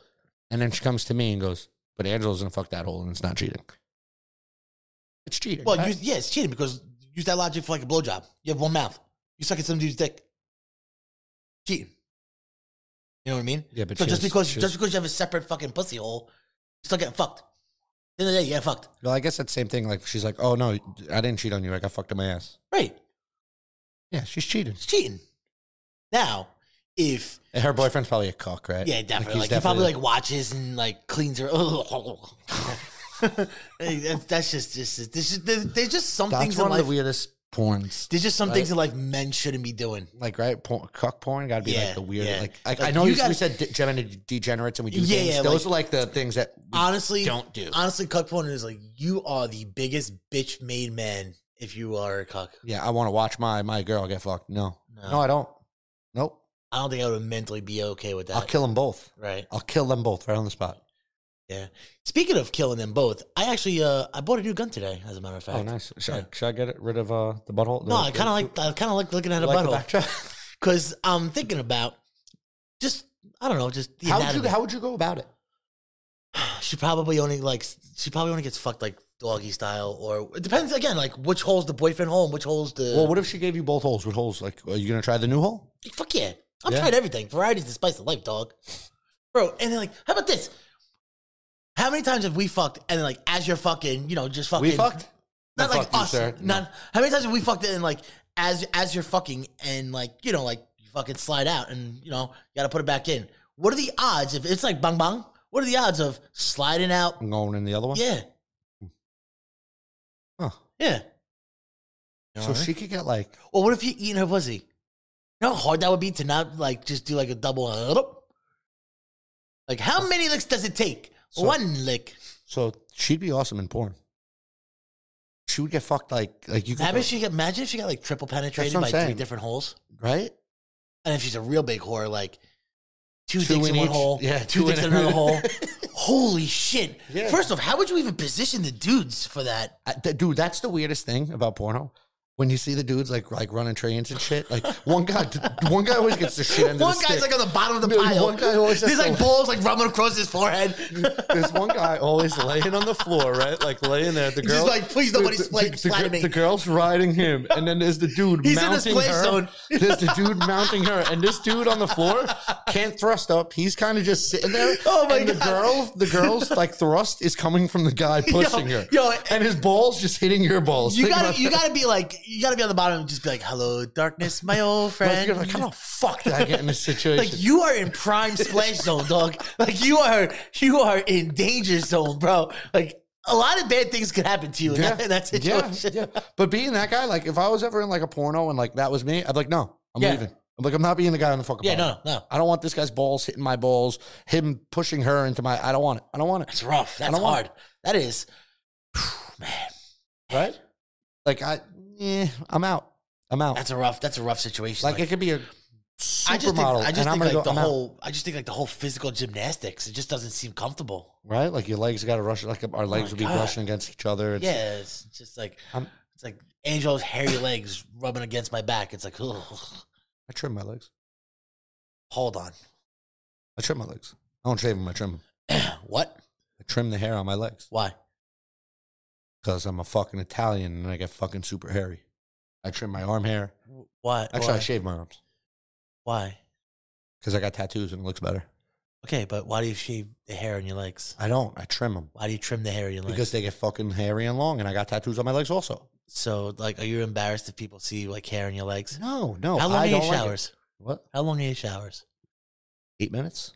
D: and then she comes to me and goes, But Angela's gonna fuck that hole and it's not cheating. It's cheating.
C: well,
D: right?
C: use, yeah, it's cheating because use that logic for like a blowjob. You have one mouth. You suck at some dude's dick. Cheating. You know what I mean?
D: Yeah, but
C: so
D: she
C: just
D: was-
C: because
D: she
C: just
D: was-
C: because you have a separate fucking pussy hole, you still getting fucked. At the end of the day, you get fucked.
D: Well, I guess that's the same thing. Like she's like, oh no, I didn't cheat on you. I got fucked in my ass.
C: Right.
D: Yeah, she's cheating.
C: It's cheating. Now, if
D: And her boyfriend's probably a cock, right?
C: yeah,
D: he's
C: definitely. Like, he probably like watches and like cleans her. That's- that's just just there's just, there's- there's just some
D: that's
C: things
D: one of
C: in life.
D: the weirdest porns.
C: there's just some
D: right?
C: things in life men shouldn't be doing.
D: Like right, porn, cock porn got to be
C: Yeah,
D: like the weird.
C: yeah.
D: Like, I- I
C: Like,
D: know
C: you
D: you
C: gotta-
D: we said de- gemininal degenerates and we do
C: Yeah,
D: things.
C: yeah, Ah.
D: Those are like the things that we
C: Honestly,
E: Don't do.
C: honestly, cuck porn is like you are the biggest bitch made man if you are a cuck.
D: yeah, I want to watch my my girl get fucked. No,
C: No.
D: no, I don't. Nope.
C: I don't think I would mentally be okay with that.
D: I'll kill them both.
C: Right.
D: I'll kill them both right on the spot.
C: Speaking of killing them both, I actually uh I bought a new gun today. As a matter of fact.
D: Oh, nice. Should,
C: Yeah.
D: I, should I get it- rid of uh, the butthole?
C: No, I kind of like I kind of like looking at a butthole because I'm thinking about just I don't know just the
D: how would,
C: anatomy.
D: you, how would you go about it?
C: she probably only like she probably only gets fucked like doggy style or it depends again like which hole's the boyfriend hole and which hole's the
D: Well, what if she gave you both holes? What holes? Like, are you gonna try the new hole?
C: fuck yeah I'm
D: Yeah.
C: trying everything variety's the spice of life dog bro and then like how about this how many times have we fucked and then like as you're fucking you know just fucking
D: We fucked.
C: not
D: I
C: like
D: fucked you,
C: us.
D: sir.
C: Not how many times have we fucked it and like as as you're fucking and like you know like you fucking slide out and you know you gotta put it back in. What are the odds if it's like bang bang? What are the odds of sliding out?
D: I'm going in the other one.
C: Yeah,
D: Hmm. Huh.
C: yeah.
D: So she could get like
C: Well, what if you eating her pussy? You know how hard that would be to not like just do like a double. uh, Like how many licks does it take?
D: So-
C: One lick.
D: so she'd be awesome in porn. She would get fucked like like you could
C: Imagine
D: go-
C: if she got imagine if she got like triple penetrated
D: what
C: by
D: I'm
C: three
D: saying.
C: different holes.
D: right?
C: And if she's a real big whore, like two,
D: Two
C: dicks in,
D: in
C: one
D: each-
C: hole,
D: yeah,
C: two,
D: two
C: dicks in
D: in-
C: another hole. Holy shit!
D: Yeah.
C: First off, how would you even position the dudes for that?
D: I- th- dude, that's the weirdest thing about porno. When you see the dudes like like running trains and shit, like one guy, one guy always gets the shit end
C: One
D: of the
C: guy's
D: stick.
C: like on the bottom of the
D: No,
C: pile.
D: one guy always has
C: There's like
D: to-
C: balls like rubbing across his forehead.
D: There's one guy always laying on the floor, right? Like laying there. The
C: He's just like, "Please, nobody splat- splat me."
D: The girl's riding him, and then there's the dude
C: He's in his
D: mounting
C: play
D: her.
C: zone.
D: There's the dude mounting her, and this dude on the floor can't thrust up. He's kind of just sitting there.
C: Oh my
D: and
C: God.
D: The girl, the girl's like thrust is coming from the guy pushing her.
C: yo,
D: and his balls just hitting your balls.
C: you
D: Think
C: gotta,
D: about
C: you
D: that.
C: gotta be like, you gotta be on the bottom and just be like, "Hello, darkness, my old
D: Like,
C: friend."
D: you're like, how the fuck did I get in this situation?
C: Like you are in prime splash zone, dog. Like you are you are in danger zone, bro. Like a lot of bad things could happen to you in, that, in that
D: yeah,
C: situation.
D: yeah. But being that guy, like if I was ever in like a porno and like that was me, I'd be like, no, I'm
C: Yeah.
D: leaving. I'm like, I'm not being the guy on the fucking.
C: Yeah,
D: porno.
C: no, no.
D: I don't want this guy's balls hitting my balls, him pushing her into my. I don't want it. I don't want it.
C: That's rough. That's
D: don't want-
C: hard. That is. Man,
D: Right? Like I, yeah, I'm out. I'm out.
C: that's a rough. That's a rough situation.
D: like, it could be a supermodel.
C: I just think, I
D: and
C: just
D: I'm
C: think
D: gonna
C: like
D: go,
C: the
D: I'm out.
C: whole. I just think like the whole physical gymnastics. It just doesn't seem comfortable.
D: right. Like your legs got to rush. Like our legs
C: Oh my
D: would be
C: God.
D: brushing against each other. It's,
C: Yeah, it's just like
D: I'm-
C: it's like Angelo's hairy legs rubbing against my back. It's like, ugh,
D: I trim my legs.
C: hold on,
D: I trim my legs. I don't shave them. I trim them.
C: what?
D: I trim the hair on my legs
C: Why?
D: because I'm a fucking Italian and I get fucking super hairy. I trim my arm hair.
C: Why?
D: Actually,
C: why?
D: I shave my arms
C: why?
D: because I got tattoos and it looks better.
C: Okay, but why do you shave the hair on your legs?
D: I don't. I trim them
C: Why do you trim the hair on your legs?
D: because they get fucking hairy and long, and I got tattoos on my legs also.
C: so, like, are you embarrassed if people see like hair on your legs?
D: No, no.
C: How long
D: I
C: are your
D: don't like it.
C: showers?
D: what?
C: How long are your showers?
D: Eight minutes?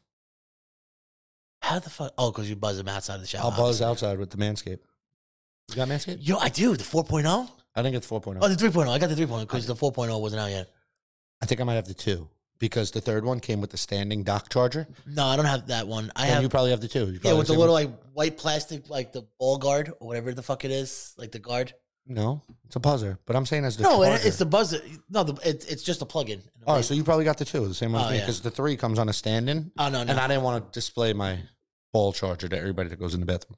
C: How the fuck? Oh, because you buzz them outside of the shower.
D: I'll buzz
C: obviously.
D: outside with the Manscaped. You got Manscaped?
C: Yo, I do the 4.0.
D: I think it's 4.0.
C: Oh, the 3.0. I got the 3.0 because the 4.0 wasn't out yet.
D: I think I might have the two because the third one came with the standing dock charger.
C: No, I don't have that one. I
D: and
C: have
D: you probably have the two. You
C: yeah
D: probably
C: with the
D: have
C: little like white plastic, like the ball guard or whatever the fuck it is, like the guard.
D: same one. No, it's a buzzer. But I'm saying as the
C: no, it,
D: charger.
C: it's the buzzer. No, the, it, it's just a plug-in.
D: All right, so you probably got the two, the same one
C: Oh,
D: as me,
C: yeah.
D: because the three comes on a stand-in,
C: oh no, no,
D: and I didn't want to display my ball charger to everybody that goes in the bathroom.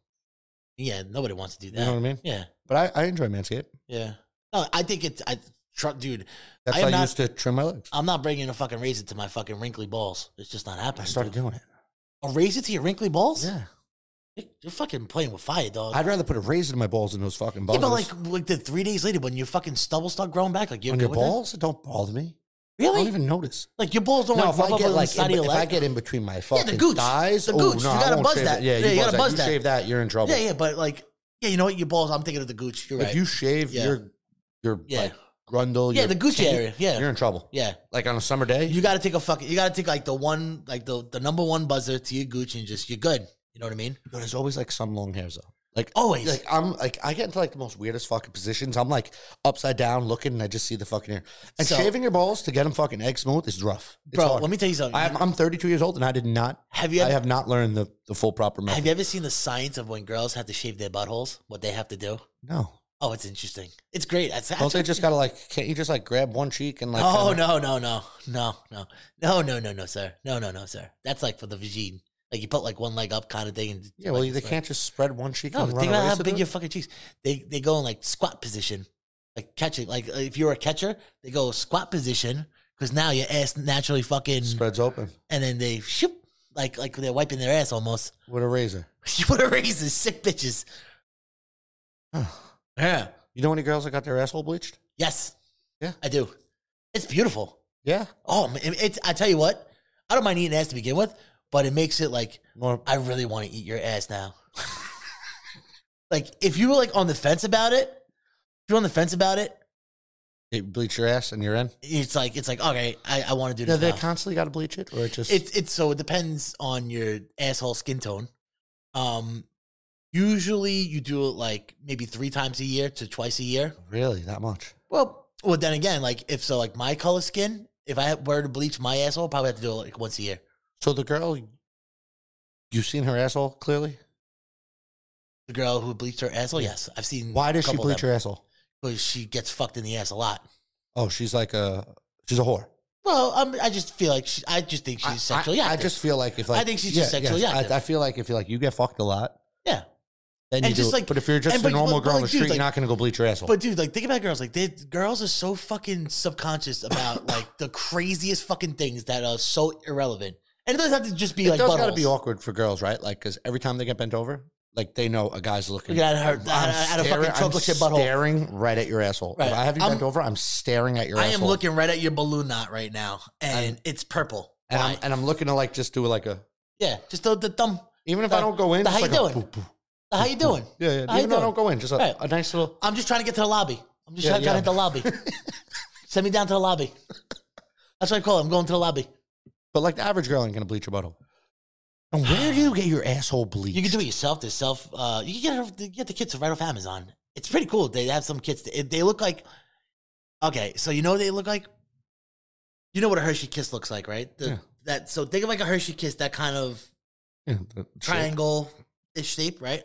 C: yeah, nobody wants to do that.
D: You know what I mean?
C: Yeah.
D: But I, I enjoy Manscaped.
C: Yeah. No, I think it's I tr- dude.
D: That's
C: I
D: how
C: am
D: I
C: not-
D: used to trim my legs.
C: I'm not bringing a fucking razor to my fucking wrinkly balls. It's just not happening.
D: I started
C: dude.
D: doing it.
C: a razor to your wrinkly balls.
D: Yeah,
C: You're fucking playing with fire, dog.
D: I'd rather put a razor to my balls than those fucking balls.
C: yeah, but like like the three days later when your fucking stubble start growing back, like you
D: on
C: okay
D: your
C: with that?
D: balls, it don't bother me. I don't
C: Really?
D: even notice.
C: Like your balls don't
D: No,
C: like
D: if
C: rub
D: I
C: up
D: get
C: on the
D: like
C: side
D: in,
C: of your
D: if I
C: leg.
D: get in between my fucking
C: gooch.
D: thighs,
C: The
D: oh,
C: gooch.
D: no,
C: You
D: I
C: gotta
D: won't
C: buzz
D: shave
C: that.
D: Yeah,
C: Yeah, you
D: you, buzz
C: gotta
D: that.
C: buzz
D: You
C: that.
D: shave that, you're in trouble.
C: yeah, yeah, but like, yeah, you know what? Your balls. I'm thinking of the gooch. You're
D: if
C: right.
D: you shave
C: Yeah.
D: your your
C: yeah,
D: like grundle,
C: yeah,
D: your
C: the gooch
D: taint,
C: area. Yeah,
D: you're in trouble.
C: yeah.
D: Like on a summer day,
C: You got to take a fucking. You got to take like the one, like the the number one buzzer to your gooch, and just you're good. You know what I mean?
D: but there's always like some long hairs though. Like
C: Always.
D: like I'm like I get into like the most weirdest fucking positions. I'm like upside down looking, and I just see the fucking hair. And
C: So-
D: shaving your balls to get them fucking egg smooth is rough, It's
C: Bro,
D: hard.
C: let me tell you something.
D: I'm, I'm 32 years old, and I did not.
C: have you
D: I
C: ever,
D: have not learned the, the full proper method.
C: have you ever seen the science of when girls have to shave their buttholes? What they have to do?
D: no.
C: Oh, it's interesting. It's great. That's
D: Don't
C: actually.
D: they just gotta like? Can't you just like grab one cheek and like?
C: oh
D: kinda-
C: no no no no no no no no no sir no no no sir. That's like for the vagine. Like you put like one leg up kind of thing. And
D: Yeah, well,
C: like,
D: they
C: it's like-
D: can't just spread one cheek.
C: No,
D: and
C: but
D: run
C: think
D: a
C: about
D: race
C: how
D: with
C: big
D: it.
C: your fucking cheeks. They they go in like squat position, like catching. Like if you're a catcher, they go squat position because now your ass naturally fucking,
D: spreads open
C: and then they shoop, like like they're wiping their ass almost.
D: with a razor.
C: You want to raise these sick bitches? Yeah.
D: You know any girls that got their asshole bleached?
C: Yes.
D: Yeah.
C: I do. It's beautiful.
D: Yeah,
C: Oh, man, it- it's. I tell you what, I don't mind eating ass to begin with, but it makes it like
D: more
C: I really want to eat your ass now. like if you were like on the fence about it, if you're on the fence about it,
D: they bleach your ass and you're in.
C: it's like it's like okay, I, I want to do
D: Yeah,
C: this.
D: they
C: now.
D: constantly got to bleach it, or it just
C: it's it's so it depends on your asshole skin tone. Um, usually you do it like maybe three times a year to twice a year.
D: really that much.
C: Well, well then again, like if so, like my color skin, if I were to bleach my asshole, probably have to do it like once a year.
D: So the girl, you've seen her asshole clearly.
C: The girl who bleached her asshole, yes, I've seen.
D: Why does she bleach
C: her?
D: her asshole?
C: Because she gets fucked in the ass a lot.
D: Oh, she's like a she's a whore.
C: Well, um, I just feel like she, I just think she's sexually
D: I, I
C: active.
D: just feel like if like
C: I think she's just sexually
D: yes,
C: active.
D: I, I feel like if you like you get fucked a lot,
C: yeah.
D: then
C: And
D: you
C: just,
D: just
C: like-
D: like. But if you're just
C: and
D: a
C: but-
D: normal
C: but-
D: girl
C: but,
D: on the
C: like, dude,
D: street,
C: like-
D: you're not gonna go bleach your asshole.
C: But dude, like think about girls. Like they girls are so fucking subconscious about like the craziest fucking things that are so irrelevant. And it doesn't have to just be
D: it
C: like
D: does gotta be
C: buttholes.
D: awkward for girls, right? Like because every time they get bent over, like they know a guy's looking.
C: Look at her out of fucking chocolate chip butthole.
D: staring right at your asshole.
C: Right.
D: If I have you
C: I'm-
D: bent over, I'm staring at your
C: I
D: asshole.
C: am looking right at your balloon knot right now, and it's purple.
D: and
C: Why?
D: I'm, and I'm looking to like just do like a
C: yeah, just the, the thumb.
D: even if
C: Uh,
D: I don't go in.
C: the
D: just
C: how
D: like
C: you
D: a
C: doing?
D: boop, boop.
C: How you doing?
D: Yeah, yeah.
C: How
D: Even
C: you
D: though I don't
C: doing?
D: go in, just a,
C: Right.
D: a nice little.
C: I'm just trying to get to the lobby. I'm just
D: Yeah,
C: trying to
D: yeah.
C: get to the lobby. Send me down to the lobby. That's what I call it. I'm going to the lobby.
D: But like the average girl ain't gonna bleach your butthole. And where do you get your asshole bleached?
C: You can do it yourself. There's self. Uh, you can get it, off- you get the kits right off Amazon. It's pretty cool. They have some kits. They, they look like. Okay, so you know what they look like. You know what a Hershey kiss looks like, right? The,
D: Yeah.
C: That so think of like a Hershey kiss, that kind of
D: Yeah, the shape.
C: triangle ish shape, right?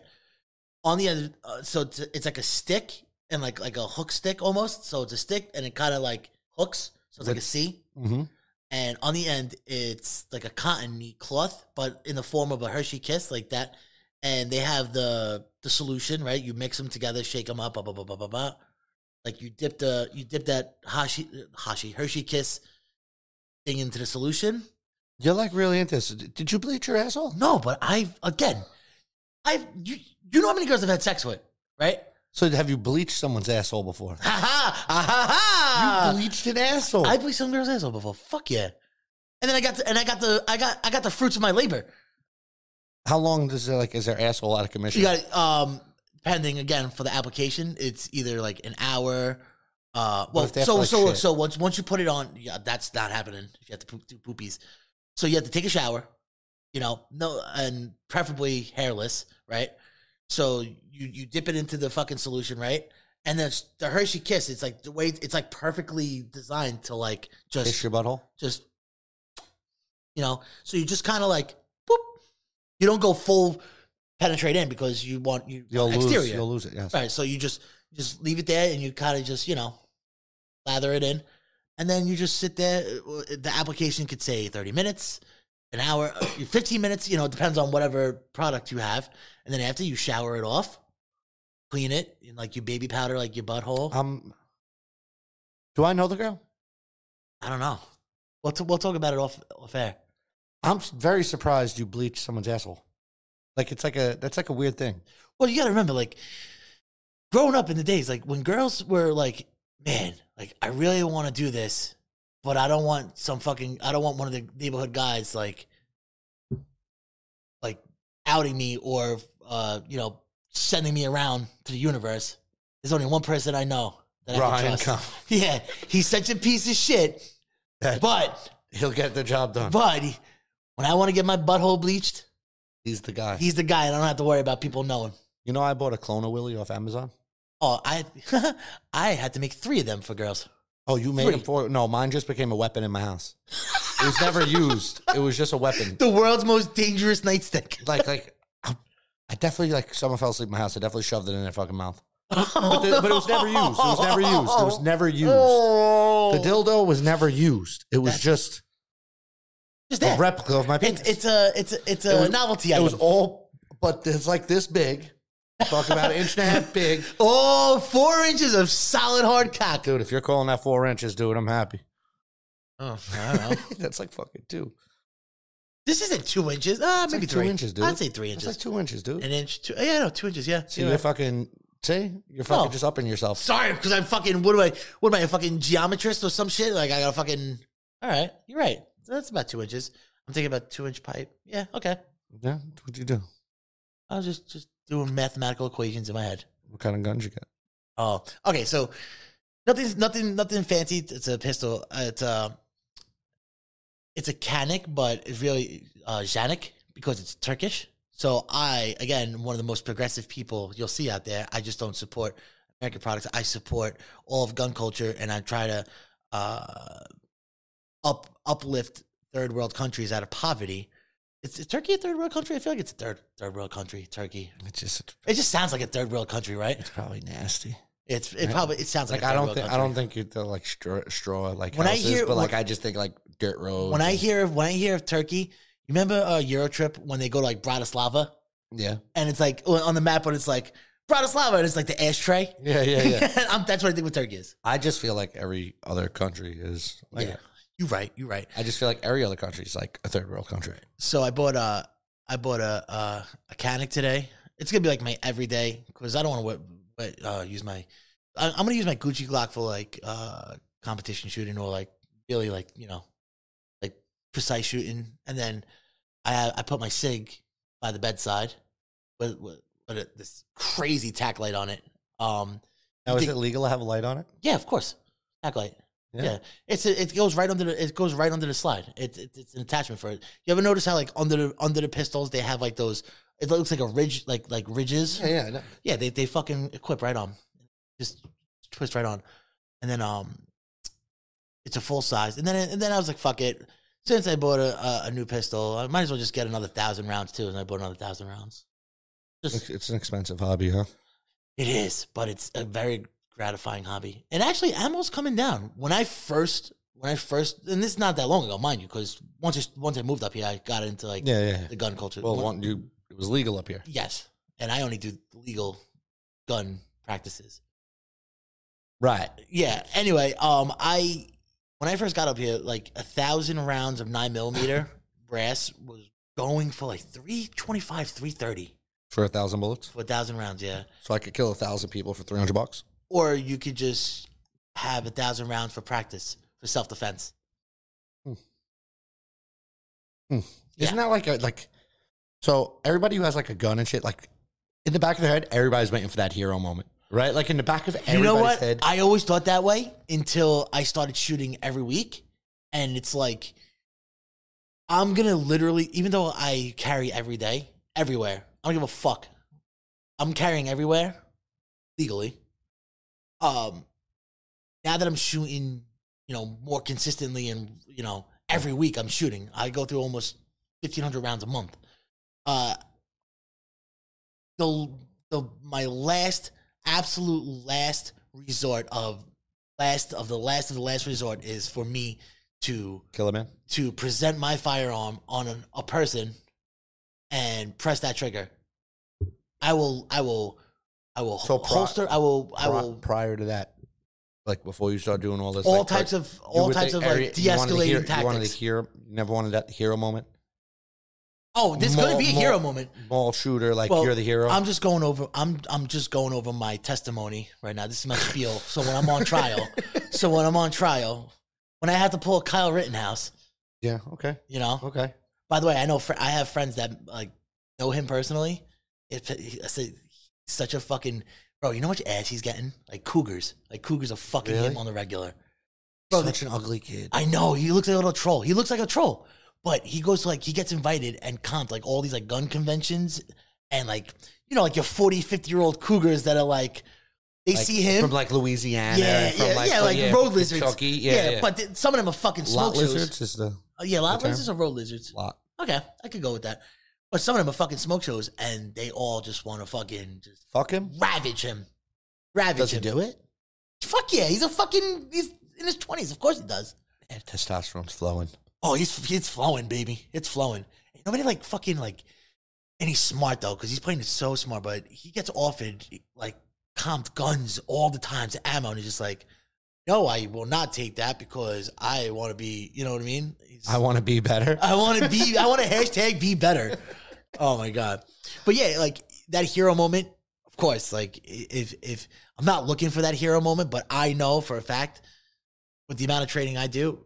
C: On the other, uh, so it's, it's like a stick and like like a hook stick almost. So it's a stick and it kind of like hooks. So it's like a
D: With-
C: C.
D: Mhm.
C: And on the end, it's like a cotton cloth, but in the form of a Hershey kiss, like that. And they have the the solution, right? You mix them together, shake them up, blah blah blah blah blah blah. Like you dip the you dip that Hashi Hashi Hershey kiss thing into the solution.
D: You're like really into this. Did you bleach your asshole?
C: No, but I again, I you you know how many girls I've had sex with, right?
D: So have you bleached someone's asshole before?
C: Ha ha ha ha ha.
D: you bleached an asshole.
C: I bleached some girls' asshole before. Fuck yeah. And then I got to, and I got the I got I got the fruits of my labor.
D: How long does it like is their asshole out of commission?
C: You got um pending again for the application. It's either like an hour. Uh, well,
D: if they have
C: so
D: to, like,
C: so
D: shit?
C: so once once you put it on, yeah, that's not happening. You have to poop, do poopies, so you have to take a shower. You know, no, and preferably hairless, right? So you you dip it into the fucking solution, right? And then the Hershey Kiss, it's like the way it's like perfectly designed to like
D: Kiss
C: just
D: your butthole.
C: just you know so you just kind of like boop you don't go full penetrate in because you want you
D: You'll
C: want
D: lose.
C: exterior
D: You'll lose it. Yes.
C: right so you just just leave it there and you kind of just you know lather it in and then you just sit there Uh, the application could say 30 minutes an hour uh, 15 minutes you know it depends on whatever product you have and then after you shower it off clean it and like you baby powder like your butthole
D: Um. Do I know the girl?
C: i don't know we'll, t- we'll talk about it off, off air
D: I'm s- very surprised you bleached someone's asshole. Like it's like a that's like a weird thing.
C: Well, you got to remember, like, growing up in the days, like when girls were like, "Man, like I really want to do this," But I don't want some fucking. I don't want one of the neighborhood guys like, like outing me or uh, you know sending me around to the universe. There's only one person I know that I can
D: Ryan,
C: trust.
D: come.
C: Yeah, he's such a piece of shit.
D: That-
C: But
D: He'll get the job done.
C: but when I want to get my butthole bleached,
D: He's the guy.
C: he's the guy, and I don't have to worry about people knowing.
D: you know, I bought a clone of Willie off Amazon.
C: Oh, I I had to make three of them for girls.
D: Oh, you made
C: Three.
D: him for no. Mine just became a weapon in my house. It was never used. It was just a weapon.
C: The world's most dangerous nightstick.
D: Like like, I, I definitely like someone fell asleep in my house. I definitely shoved it in their fucking mouth. But, the- but it was never used. It was never used. It was never used.
C: Oh.
D: The dildo was never used. It was just
C: Just
D: a
C: that.
D: replica of my penis.
C: It's, it's a it's a, it's a
D: It was-
C: novelty
D: it
C: item.
D: was all, but it's like this big. Talk about an inch and a half big.
C: oh, four inches of solid hard cock.
D: Dude, if you're calling that four inches, dude, I'm happy.
C: Oh, I don't know.
D: That's like fucking two.
C: this isn't two inches. Ah, maybe
D: like two
C: three
D: inches, dude.
C: I'd say three
D: It's
C: inches.
D: like two inches, dude.
C: An inch, two. Yeah, no, two inches. Yeah.
D: See,
C: You're
D: you're
C: right.
D: fucking. See, you're fucking
C: Oh.
D: just upping yourself.
C: Sorry, because I'm fucking. What am I? What am I? A fucking geometrist or some shit? Like I got to fucking. All right, you're right. So that's about two inches. I'm thinking about two inch pipe. Yeah. Okay.
D: Yeah, what'd you do?
C: I was just just doing mathematical equations in my head.
D: What kind of guns you got?
C: Oh, okay. So nothing's nothing nothing fancy. It's a pistol. Uh, It's a it's a Kanik, but it's really uh, Janik because it's Turkish. So I again one of the most progressive people you'll see out there. I just don't support American products. I support all of gun culture, and I try to uh, up uplift third world countries out of poverty. Is, is Turkey a third world country? I feel like it's a third third world country. Turkey.
D: It's just
C: It just sounds like a third world country, right?
D: it's probably nasty.
C: It's it
D: Yeah.
C: probably it sounds like,
D: Like I don't
C: third world
D: think I
C: country.
D: don't think you they're like straw, straw like
C: When I
D: houses,
C: hear-
D: but like
C: when-
D: I just think like dirt roads.
C: when I
D: and-
C: hear when I hear of Turkey, you remember uh, Eurotrip when they go to like Bratislava
D: yeah
C: and it's like on the map, but it's like Bratislava and it's like the ashtray.
D: yeah yeah yeah,
C: I'm, that's what I think with Turkey is.
D: I just feel like every other country is like
C: yeah, you're right. You're right.
D: I just feel like every other country is like a third world country.
C: So I bought a I bought a uh, a Canic today. It's gonna be like my everyday because I don't want to uh, use my I, I'm gonna use my Gucci Glock for like uh, competition shooting or like really like you know like precise shooting, and then I I put my Sig by the bedside with with, with a, this crazy tack light on it. Um,
D: Now
C: You
D: is
C: think-
D: it legal to have a light on it?
C: yeah, of course, tack light. Yeah.
D: Yeah.
C: it's a, it goes right under the it goes right under the slide. It, it it's an attachment for it. You ever notice how like under the under the pistols they have like those? It looks like a ridge, like like ridges. Yeah,
D: yeah. I know.
C: they they fucking equip right on, just twist right on, and then um, it's a full size. And then and then I was like, fuck it. Since I bought a, a, a new pistol, I might as well just get another thousand rounds too. And I bought another thousand rounds. Just
D: It's, it's an expensive hobby, huh?
C: it is, but it's a very gratifying hobby. And actually, ammo's coming down. When I first, when I first, and this is not that long ago, mind you, because once I, once I moved up here, I got into like
D: Yeah, yeah.
C: the gun culture.
D: Well,
C: When-
D: one, you it was legal up here.
C: yes, and I only do legal gun practices.
D: Right.
C: Yeah. Anyway, um, I when I first got up here, like a thousand rounds of nine millimeter brass was going for like three twenty five, three thirty
D: For a thousand bullets.
C: for a thousand rounds. Yeah.
D: So I could kill a thousand people for three hundred bucks.
C: or you could just have a thousand rounds for practice for self defense.
D: Isn't that like a like? So everybody who has like a gun and shit, like in the back of their head, everybody's waiting for that hero moment, right? Like in the back of everybody's
C: You know what?
D: head.
C: I always thought that way until I started shooting every week, and it's like I'm gonna literally, even though I carry every day, everywhere, I don't give a fuck. I'm carrying everywhere legally. Um, now that I'm shooting, you know, more consistently and you know every week I'm shooting. I go through almost 1,500 rounds a month. Uh, the the my last absolute last resort of last of the last of the last resort is for me to
D: Kill a man.
C: to present my firearm on an, a person and press that trigger. I will I will I will
D: So pro-
C: holster I will I
D: Pri-
C: will
D: prior to that, like before you start doing all this,
C: all
D: like,
C: types
D: like,
C: of
D: you
C: all
D: with the
C: types of
D: area-
C: like
D: you wanted to
C: de-escalating
D: hear- You wanted
C: tactics.
D: to hear, you never wanted that hero moment.
C: oh, this is going to
D: more-
C: be a
D: more-
C: hero moment.
D: Mall shooter, like
C: Well,
D: you're the hero.
C: I'm just going over. I'm I'm just going over my testimony right now. This is my spiel. So when I'm on trial, so when I'm on trial, when I have to pull a Kyle Rittenhouse,
D: Yeah. Okay.
C: you know.
D: Okay.
C: By the way, I know fr- I have friends that like know him personally. It, I said, he's such a fucking bro. You know how much ass he's getting? Like cougars, like cougars are fucking
D: Really?
C: him on the regular. Bro,
D: Such an ugly kid.
C: I know he looks like a little troll. He looks like a troll, but he goes to like he gets invited and comped like all these like gun conventions and like you know like your 40, 50 year old cougars that are like they
D: Like,
C: see him
D: from like Louisiana.
C: yeah,
D: or from
C: yeah,
D: like,
C: yeah,
D: from-
C: like road
D: from
C: lizards.
D: Kentucky. Yeah,
C: yeah, but th- some of them are fucking
D: lot
C: smoke shows.
D: lizards is the
C: Uh, yeah, lot
D: the term?
C: lizards or road lizards.
D: lot.
C: Okay, I could go with that. But some of them are fucking smoke shows, and they all just want to fucking just
D: Fuck him.
C: ravage him, ravage
D: Does he
C: him.
D: do it?
C: Fuck yeah, he's a fucking he's in his twenties. Of course he does.
D: Yeah, testosterone's flowing.
C: Oh, he's it's flowing, baby. It's flowing. Ain't Nobody like fucking like, and he's smart though because he's playing it so smart. But he gets offered like comped guns all the time to ammo, and he's just like, "No, I will not take that because I want to be." You know what I mean? He's,
D: I want to be better.
C: I want to be. I want to hashtag be better. Oh my god! But yeah, like that hero moment. Of course, like i- if if I'm not looking for that hero moment, but I know for a fact with the amount of training I do,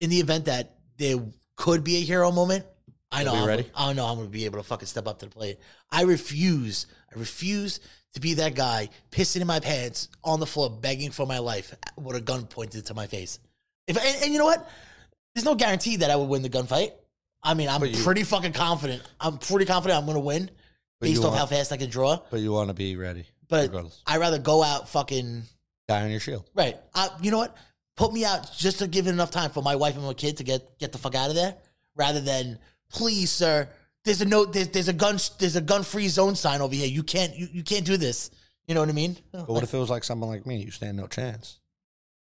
C: in the event that there could be a hero moment, I know
D: You'll be
C: I'm,
D: ready?
C: I know I'm gonna be able to fucking step up to the plate. I refuse. I refuse to be that guy pissing in my pants on the floor, begging for my life with a gun pointed to my face. If and, and you know what? There's no guarantee that I would win the gunfight. I mean, I'm
D: But you-
C: pretty fucking confident. I'm pretty confident I'm gonna win
D: But
C: based
D: you
C: off
D: want-
C: how fast I can draw.
D: But you want to be ready.
C: But
D: regardless.
C: I'd rather go out fucking
D: Die on your shield.
C: right. I, you know what? Put me out just to give it enough time for my wife and my kid to get get the fuck out of there, rather than please, sir. There's a no. There's, there's a gun. There's a gun free zone sign over here. You can't. You, you can't do this. You know what I mean?
D: But what if it was like someone like me? You stand no chance.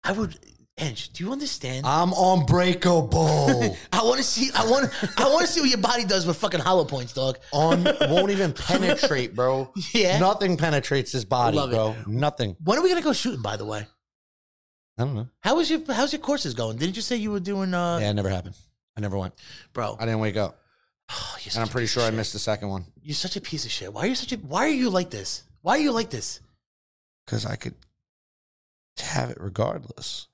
C: I would. Ange, do you understand?
D: I'm unbreakable.
C: I want to see. I want. I want to see what your body does with fucking hollow points, dog.
D: On won't even penetrate, bro.
C: Yeah.
D: Nothing penetrates his body,
C: Love it.
D: bro. Nothing.
C: When are we gonna go shooting? By the way,
D: I don't know.
C: how was your how's your courses going? Didn't you say you were doing uh,
D: Yeah, it never happened. I never went.
C: bro?
D: I didn't wake up.
C: Oh, you're such
D: And I'm
C: a
D: pretty
C: piece of
D: sure I
C: shit.
D: missed the second one.
C: You're such a piece of shit. Why are you such a? Why are you like this? Why are you like this?
D: Because I could have it regardless.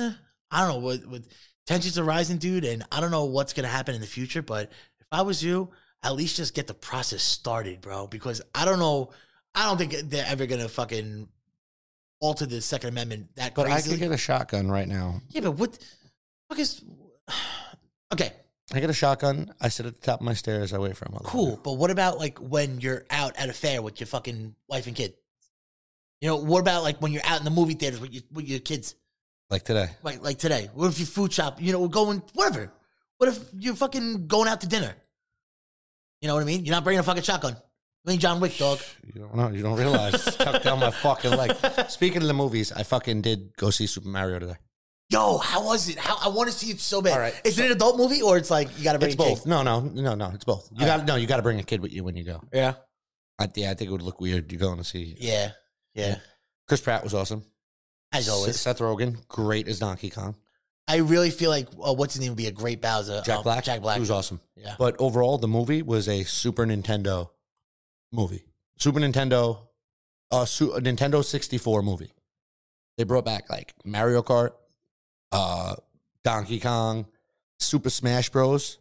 C: Eh, I don't know. With, with tensions are rising, dude, and I don't know what's gonna happen in the future. But if I was you, at least just get the process started, bro. Because I don't know. I don't think they're ever gonna fucking alter the Second Amendment that
D: But I
C: crazy.
D: could get a shotgun right now.
C: yeah, but what? Fuck is? Okay,
D: I get a shotgun. I sit at the top of my stairs. I wait for him.
C: Cool, but what about like when you're out at a fair with your fucking wife and kid? You know, what about like when you're out in the movie theaters with your with your kids,
D: Like today.
C: like like today? What if you food shop? You know, going whatever. What if you're fucking going out to dinner? You know what I mean? You're not bringing a fucking shotgun. You ain't John Wick, dog.
D: You don't know. You don't realize. It's tucked down my fucking leg. Speaking of the movies, I fucking did go see Super Mario today.
C: Yo, how was it? How I want to see it so bad.
D: All right,
C: Is it an adult movie or it's like you got to bring
D: It's
C: a kid?
D: both. No, no, no, no. It's both. You got to no. You got to bring a kid with you when you go.
C: Yeah.
D: I, yeah, I think it would look weird. You going to see
C: Yeah, yeah.
D: Chris Pratt was awesome.
C: As always,
D: Seth Rogen, great as Donkey Kong.
C: I really feel like uh, what's his name would be a great Bowser.
D: Jack
C: Um,
D: Black.
C: Jack Black.
D: He was awesome.
C: Yeah.
D: But overall, the movie was a Super Nintendo movie. Super Nintendo, uh, su- a Nintendo 64 movie. They brought back like Mario Kart, uh, Donkey Kong, Super Smash Bros.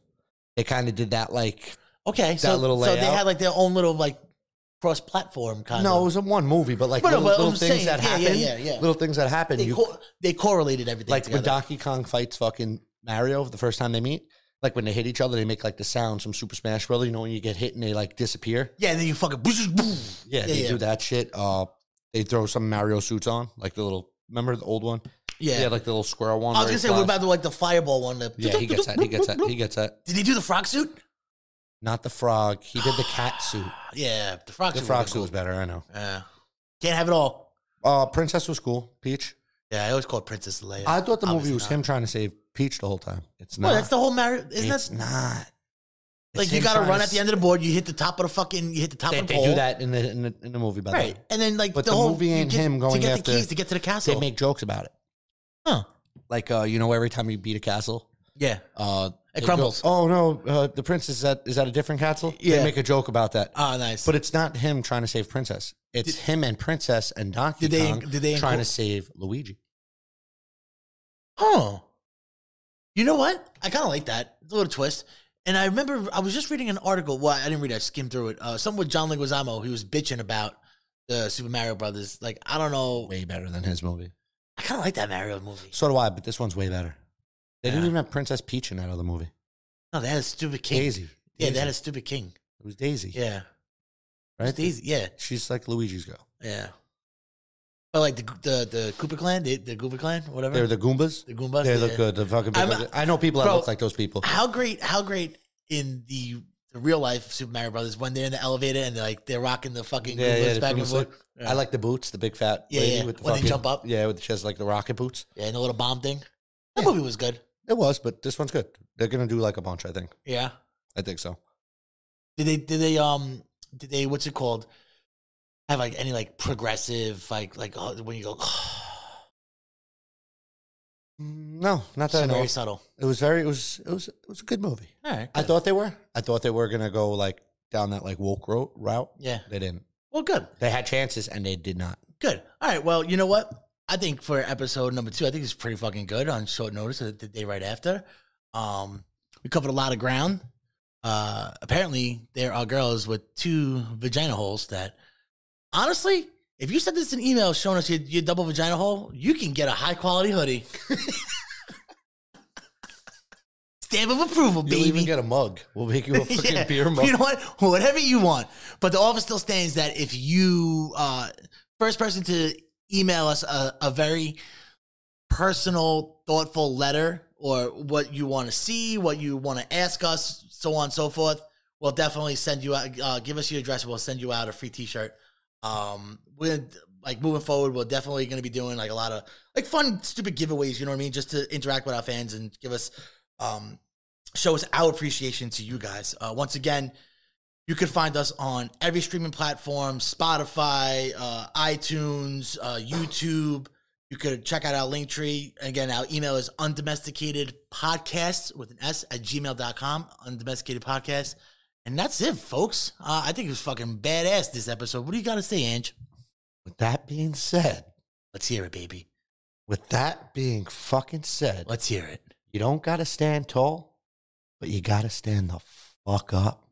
D: They kind of did that like
C: Okay, so
D: little
C: so they
D: layout.
C: had like their own little like cross platform kind
D: no, it
C: of.
D: was in one movie, but like
C: But no,
D: little,
C: but
D: little
C: I'm
D: things
C: saying,
D: that
C: yeah,
D: happen,
C: yeah, yeah, yeah.
D: little things that happen.
C: they
D: you-
C: co- they correlated everything
D: like when
C: together.
D: Donkey Kong fights fucking Mario the first time they meet, like when they hit each other, they make like the sounds from Super Smash Bros. You know when you get hit and they like disappear.
C: yeah, and then you fucking boom, boom.
D: Yeah,
C: yeah,
D: they
C: yeah.
D: do that shit. Uh, they throw some Mario suits on, like the little. Remember the old one?
C: yeah.
D: He had like the little squirrel one.
C: I
D: where
C: was gonna
D: he
C: say, what
D: flies.
C: about the like the fireball one? The
D: Yeah, he gets that. He gets that. He gets that.
C: Did he do the frog suit?
D: Not the frog. He did the cat suit.
C: Yeah, the frog
D: The
C: suit.
D: frog
C: would've
D: suit was better. I know.
C: been cool. Yeah, can't have it all.
D: Uh, Princess was cool. Peach.
C: Yeah, I always call it Princess Leia.
D: I thought the movie
C: Obviously
D: was
C: not.
D: him trying to save Peach the whole time. It's not.
C: Well, that's the whole matter. Isn't
D: it's
C: that
D: not. It's
C: like you
D: him
C: got to
D: trying
C: run
D: to
C: at the end of the board? You hit the top of the fucking. You hit the top
D: They,
C: of the
D: they
C: pole.
D: do that in the in the, in the movie, by
C: Right,
D: the way.
C: and then like
D: But
C: the,
D: the
C: whole
D: movie
C: you
D: ain't
C: get-
D: him going
C: to get
D: after-
C: the keys to get to the castle.
D: They make jokes about it,
C: huh?
D: like uh, you know, every time you beat a castle,
C: Yeah.
D: uh, they go,
C: crumbles.
D: oh no, uh, the princess is at is at a different castle.
C: Yeah.
D: They make a joke about that,
C: Oh, nice.
D: but it's not him trying to save princess. It's him and princess and Donkey
C: Did they-
D: Kong
C: did they
D: trying
C: inclu-
D: to save Luigi.
C: oh, you know what? I kind of like that. It's a little twist. And I remember I was just reading an article. Well, I didn't read it. I skimmed through it. Uh, something with John Leguizamo. He was bitching about the Super Mario Brothers. Like, I don't know.
D: Way better than his movie.
C: I kind of like that Mario movie.
D: So do I, but this one's way better. They didn't
C: Yeah.
D: even have Princess Peach in that other movie.
C: No, they had a stupid king.
D: Daisy.
C: Yeah, they
D: Daisy.
C: had a stupid king.
D: It was Daisy.
C: Yeah.
D: Right?
C: Daisy. Yeah.
D: She's like Luigi's girl.
C: Yeah. But like the the the Koopa clan, the, the Koopa clan, whatever.
D: They're the Goombas.
C: the Goombas.
D: They
C: yeah.
D: look good. The fucking
C: I'm-
D: people- I know people that
C: Bro.
D: look like those people.
C: How great! How great in the, the real life Super Mario Brothers when they're in the elevator and they're like they're rocking the fucking
D: Yeah,
C: Goombas
D: yeah, the
C: back and
D: Goombas
C: forth. Yeah.
D: I like the boots, the big fat
C: Yeah,
D: lady
C: yeah.
D: with the
C: When they
D: fucking-
C: jump up.
D: Yeah, with she has like the rocket boots.
C: yeah, and the little bomb thing. That
D: Yeah.
C: movie was good.
D: It was, but this one's good. They're gonna do like a bunch, I think.
C: Yeah.
D: I think so.
C: Did they? Did they? Um. Did they? What's it called? Have like any like progressive like like oh, when you go?
D: Mm, No, not that I
C: so
D: know.
C: very
D: of.
C: subtle.
D: It was very. It was. It was. It was a good movie.
C: All right.
D: I thought they were. I thought they were gonna go like down that like woke ro- route.
C: Yeah.
D: They didn't.
C: Well, good.
D: They had chances and they did not.
C: Good. All right. Well, you know what? I think for episode number two, I think it's pretty fucking good on short notice uh, the day right after. Um, we covered a lot of ground. Uh, apparently, there are girls with two vagina holes that, honestly, if you sent us an email showing us your, your double vagina hole, you can get a high quality hoodie. Stamp of approval,
D: You'll
C: baby.
D: even get a mug. We'll make you a fucking
C: Yeah.
D: beer mug.
C: You know what? Whatever you want. But the offer still stands that if you uh first person to email us a, a very personal, thoughtful letter or what you want to see, what you want to ask us, so on and so forth, we'll definitely send you out uh, give us your address, we'll send you out a free t-shirt. Um with like moving forward, we're definitely going to be doing like a lot of like fun, stupid giveaways. You know what I mean? Just to interact with our fans and give us um, show us our appreciation to you guys. Uh, once again, you can find us on every streaming platform Spotify, uh, iTunes, uh, YouTube. You could check out our link tree. Again, our email is undomesticatedpodcast with an S at gmail.com, undomesticated podcast. And that's it, folks. Uh, I think it was fucking badass this episode. What do you got to say, Ange?
D: With that being said,
C: Let's hear it, baby.
D: with that being fucking said,
C: Let's hear it.
D: you don't gotta stand tall, but you gotta stand the fuck up.